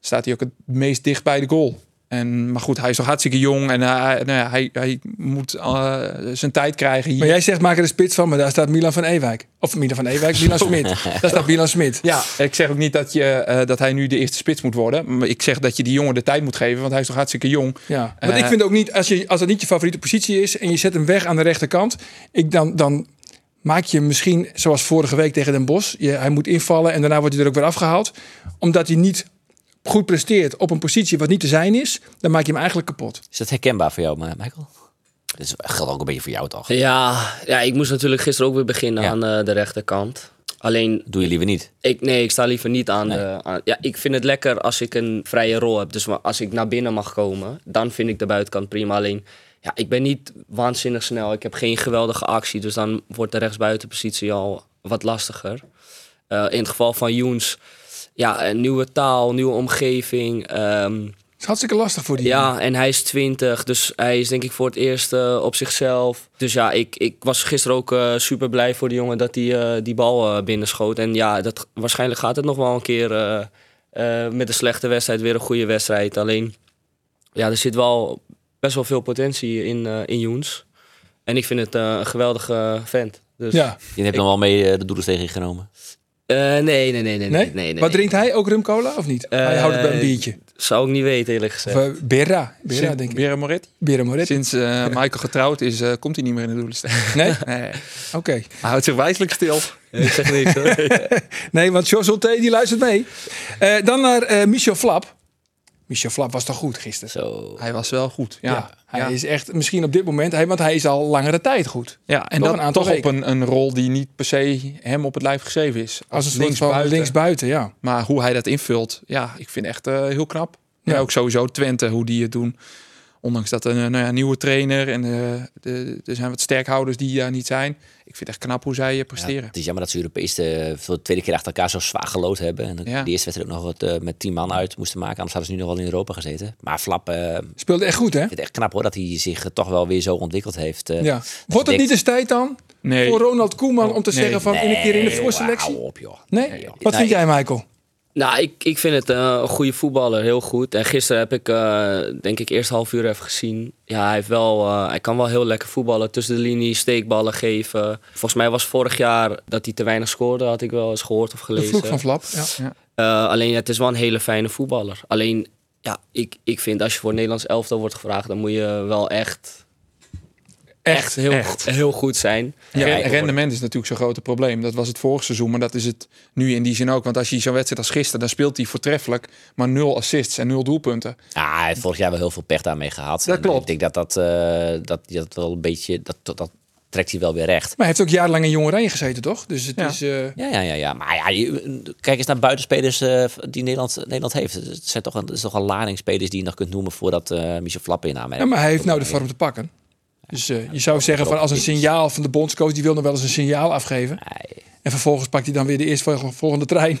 Speaker 1: Staat hij ook het meest dicht bij de goal. En, maar goed, hij is nog hartstikke jong en eh, hij- nou ja, hij, hij moet eh, zijn tijd krijgen hier.
Speaker 8: Maar jij zegt, maak er een spits van, maar daar staat Milan van Ewijk. Of Milan van Ewijk, Milan Smit. Daar staat Milan Smit.
Speaker 1: Ja, ik zeg ook niet dat, je, eh, dat hij nu de eerste spits moet worden. Maar ik zeg dat je die jongen de tijd moet geven, want hij is nog hartstikke jong.
Speaker 8: Ja, want
Speaker 1: Eh,
Speaker 8: ik vind ook niet, als, je, als dat niet je favoriete positie is en je zet hem weg aan de rechterkant, ik dan, dan maak je hem misschien, zoals vorige week tegen Den Bosch, je, hij moet invallen en daarna wordt hij er ook weer afgehaald. Omdat hij niet goed presteert op een positie wat niet te zijn is, dan maak je hem eigenlijk kapot.
Speaker 3: Is dat herkenbaar voor jou, Michael? Dat geldt ook een beetje voor jou, toch?
Speaker 6: Ja, ja, ik moest natuurlijk gisteren ook weer beginnen
Speaker 3: Ja.
Speaker 6: aan eh, de rechterkant. Alleen
Speaker 3: Doe je liever niet.
Speaker 6: Ik, nee, ik sta liever niet aan de. aan- ja, ik vind het lekker als ik een vrije rol heb. Dus wa- als ik naar binnen mag komen, dan vind ik de buitenkant prima. Alleen, ja, ik ben niet waanzinnig snel. Ik heb geen geweldige actie. Dus dan wordt de rechtsbuitenpositie al wat lastiger. Eh, in het geval van Joens, ja, een nieuwe taal, nieuwe omgeving. ehm,
Speaker 8: Het is hartstikke lastig voor die. jongen.
Speaker 6: ja, en hij is 20, dus hij is denk ik voor het eerst eh, op zichzelf. Dus ja, ik, ik was gisteren ook eh, super blij voor die jongen dat hij eh, die bal eh, binnenschoot. En ja, dat, waarschijnlijk gaat het nog wel een keer eh, eh, met een slechte wedstrijd weer een goede wedstrijd. Alleen, ja, er zit wel best wel veel potentie in, eh in Joens. En ik vind het eh, een geweldige vent. Dus
Speaker 8: Ja.
Speaker 3: Je hebt nog wel mee eh, de doedelsteeg genomen.
Speaker 6: Eh, nee, nee, nee, nee, nee, nee, nee,
Speaker 8: Wat drinkt hij? Ook rumcola of niet? hij houdt het bij een
Speaker 6: Eh,
Speaker 8: biertje.
Speaker 6: Zou ik niet weten, eerlijk
Speaker 8: Of
Speaker 6: gezegd.
Speaker 8: eh, Berra. Berra,
Speaker 1: Sinds-
Speaker 8: denk ik.
Speaker 1: Beren Moretti.
Speaker 8: Berra Moretti.
Speaker 1: Sinds eh, Michael getrouwd is, eh, komt hij niet meer in de doelenstelling.
Speaker 8: Nee?
Speaker 1: nee.
Speaker 8: Oké.
Speaker 1: Hij houdt zich wijselijk stil.
Speaker 8: eh,
Speaker 6: ik zeg niks hoor.
Speaker 8: Nee, want Jos T die luistert mee. Eh, dan naar eh, Michel Flap. Michel Flap was toch goed gisteren?
Speaker 6: Zo.
Speaker 1: Hij was wel goed. Ja,
Speaker 8: Ja, hij is echt misschien op dit moment, hij, want hij is al langere tijd goed.
Speaker 1: Ja, en
Speaker 8: Toch een
Speaker 1: dat
Speaker 8: aantal
Speaker 1: toch op
Speaker 8: weken.
Speaker 1: een, een rol die niet per se hem op het lijf geschreven is.
Speaker 8: Als een soort van linksbuiten, ja.
Speaker 1: Maar hoe hij dat invult, ja, ik vind echt eh, heel knap.
Speaker 8: Ja.
Speaker 1: En ook sowieso Twente, hoe die het doen. Ondanks dat er een nou ja, nieuwe trainer en eh, de, er zijn wat sterkhouders die daar niet zijn. Ik vind het echt knap hoe zij eh,
Speaker 3: Ja,
Speaker 1: presteren.
Speaker 3: het is jammer dat ze Europees eh, voor de tweede keer achter elkaar zo zwaar gelood hebben. En
Speaker 1: Ja.
Speaker 3: die eerste wedstrijd ook nog wat, eh, met tien man uit moesten maken. Anders hadden ze nu nog wel in Europa gezeten. Maar Flap, eh, ik vind
Speaker 8: Speelde echt goed, hè?
Speaker 3: het echt knap hoor dat hij zich eh, toch wel weer zo ontwikkeld heeft. eh.
Speaker 8: Ja. Wordt het
Speaker 3: denk-
Speaker 8: niet eens tijd dan
Speaker 1: Nee.
Speaker 8: voor Ronald Koeman om te
Speaker 1: Nee.
Speaker 8: zeggen van in een keer in de voorselectie?
Speaker 3: Hou op joh.
Speaker 8: Nee? Wat
Speaker 6: Nee.
Speaker 8: vind jij, Michael?
Speaker 6: Nou, ik, ik vind het eh, een goede voetballer, heel goed. En gisteren heb ik, eh, denk ik, eerst half uur even gezien. Ja, hij, heeft wel, eh, hij kan wel heel lekker voetballen. Tussen de linie, steekballen geven. Volgens mij was vorig jaar dat hij te weinig scoorde, had ik wel eens gehoord of
Speaker 8: De
Speaker 6: gelezen.
Speaker 8: vloek van Flap. Ja.
Speaker 6: Eh, alleen het is wel een hele fijne voetballer. Alleen, ja, ik, ik vind als je voor het Nederlands elftal wordt gevraagd, dan moet je wel echt, echt, heel, heel goed zijn.
Speaker 1: Ja,
Speaker 6: Ja,
Speaker 1: en rendement is natuurlijk zo'n groot probleem. Dat was het vorig seizoen, maar dat is het nu in die zin ook. Want als je zo'n wedstrijd als gisteren, dan speelt hij voortreffelijk. Maar nul assists en nul doelpunten.
Speaker 3: Ja, Ah, hij heeft vorig jaar wel heel veel pech daarmee gehad.
Speaker 1: Dat
Speaker 3: En
Speaker 1: klopt.
Speaker 3: Ik denk dat dat, eh, dat, dat wel een beetje, dat, dat, dat trekt hij wel weer recht.
Speaker 8: Maar hij heeft ook jarenlang in Jongeren gezeten, toch? Dus het
Speaker 1: Ja.
Speaker 8: is... eh,
Speaker 3: Ja, ja, ja, ja. Maar ja, je- kijk eens naar buitenspelers eh, die Nederland, Nederland heeft. Het, zijn toch een, het is toch een lading spelers die je nog kunt noemen voordat eh Michel Flap in
Speaker 8: ja,
Speaker 3: aanmerking
Speaker 8: maar hij heeft nou de vorm te pakken. Dus eh, je zou zeggen van als een signaal van de bondscoach, die wil nog wel eens een signaal afgeven. En vervolgens pakt hij dan weer de eerstvolgende trein.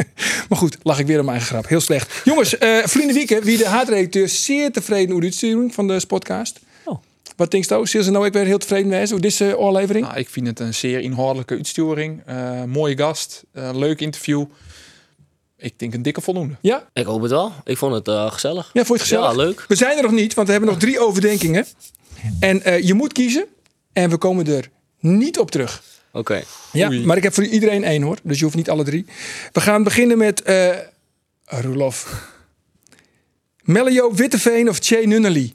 Speaker 8: maar goed, lach ik weer om mijn eigen grap. Heel slecht. Jongens, eh vrienden Wieken, wie de haatredacteur, zeer tevreden over de uitsturing van de podcast.
Speaker 3: Oh.
Speaker 8: Wat denk je? nou? Zullen ze nou ook weer heel tevreden mee zijn over deze oorlevering?
Speaker 1: Nou, ik vind het een zeer inhoudelijke uitsturing. Eh, mooie gast, eh, leuk interview. Ik denk een dikke voldoende.
Speaker 8: Ja?
Speaker 6: Ik hoop het wel. Ik vond het eh, gezellig.
Speaker 8: Ja, vond je het gezellig?
Speaker 6: Ja, leuk.
Speaker 8: We zijn er nog niet, want we hebben nog drie overdenkingen. En eh, je moet kiezen. En we komen er niet op terug.
Speaker 6: Oké.
Speaker 8: Ja, maar ik heb voor iedereen één hoor. Dus je hoeft niet alle drie. We gaan beginnen met eh Roelof. Mellio Witteveen of Che Nunnely?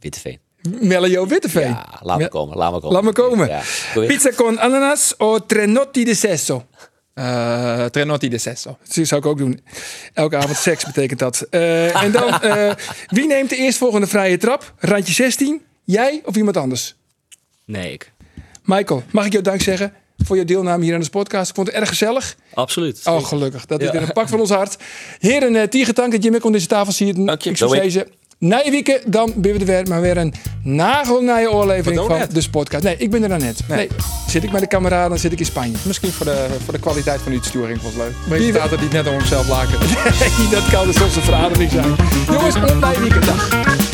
Speaker 3: Witteveen.
Speaker 8: Mellio Witteveen.
Speaker 3: Ja, laat
Speaker 8: Ja.
Speaker 3: me komen, laat me komen.
Speaker 8: Laat me komen.
Speaker 3: Ja. Goeie.
Speaker 8: Pizza con ananas of trenotti de sesso?
Speaker 1: Eh Trenotti de Sesso.
Speaker 8: Dat zou ik ook doen. Elke avond seks betekent dat. Eh, en dan, eh, wie neemt de eerstvolgende vrije trap? Randje 16? Jij of iemand anders?
Speaker 6: Nee, ik.
Speaker 8: Michael, mag ik jou dank zeggen voor je deelname hier aan de podcast? Ik vond het erg gezellig.
Speaker 6: Absoluut.
Speaker 8: Oh, gelukkig. Dat is
Speaker 6: Ja.
Speaker 8: weer een pak van ons hart. Heren, eh Tiegetank dat je mee kon deze tafel ziet.
Speaker 3: Dank je.
Speaker 8: Ik zou
Speaker 3: Doei.
Speaker 8: zeggen, na je wieken, dan ben we er weer. Maar weer een nagelnaaie oorlevering
Speaker 1: Wat
Speaker 8: van
Speaker 1: doe
Speaker 8: de
Speaker 1: net?
Speaker 8: dus podcast. Nee, ik ben er dan net. Nee. Zit ik met de kameraden, dan zit ik in Spanje.
Speaker 1: Misschien voor de, voor de kwaliteit van de uitsturing was het leuk. Maar
Speaker 8: Wie
Speaker 1: je
Speaker 8: weet.
Speaker 1: staat het niet net om hemzelf laken.
Speaker 8: dat kan dus soms een verademing zijn. Jongens, op naar je wieken. Dag.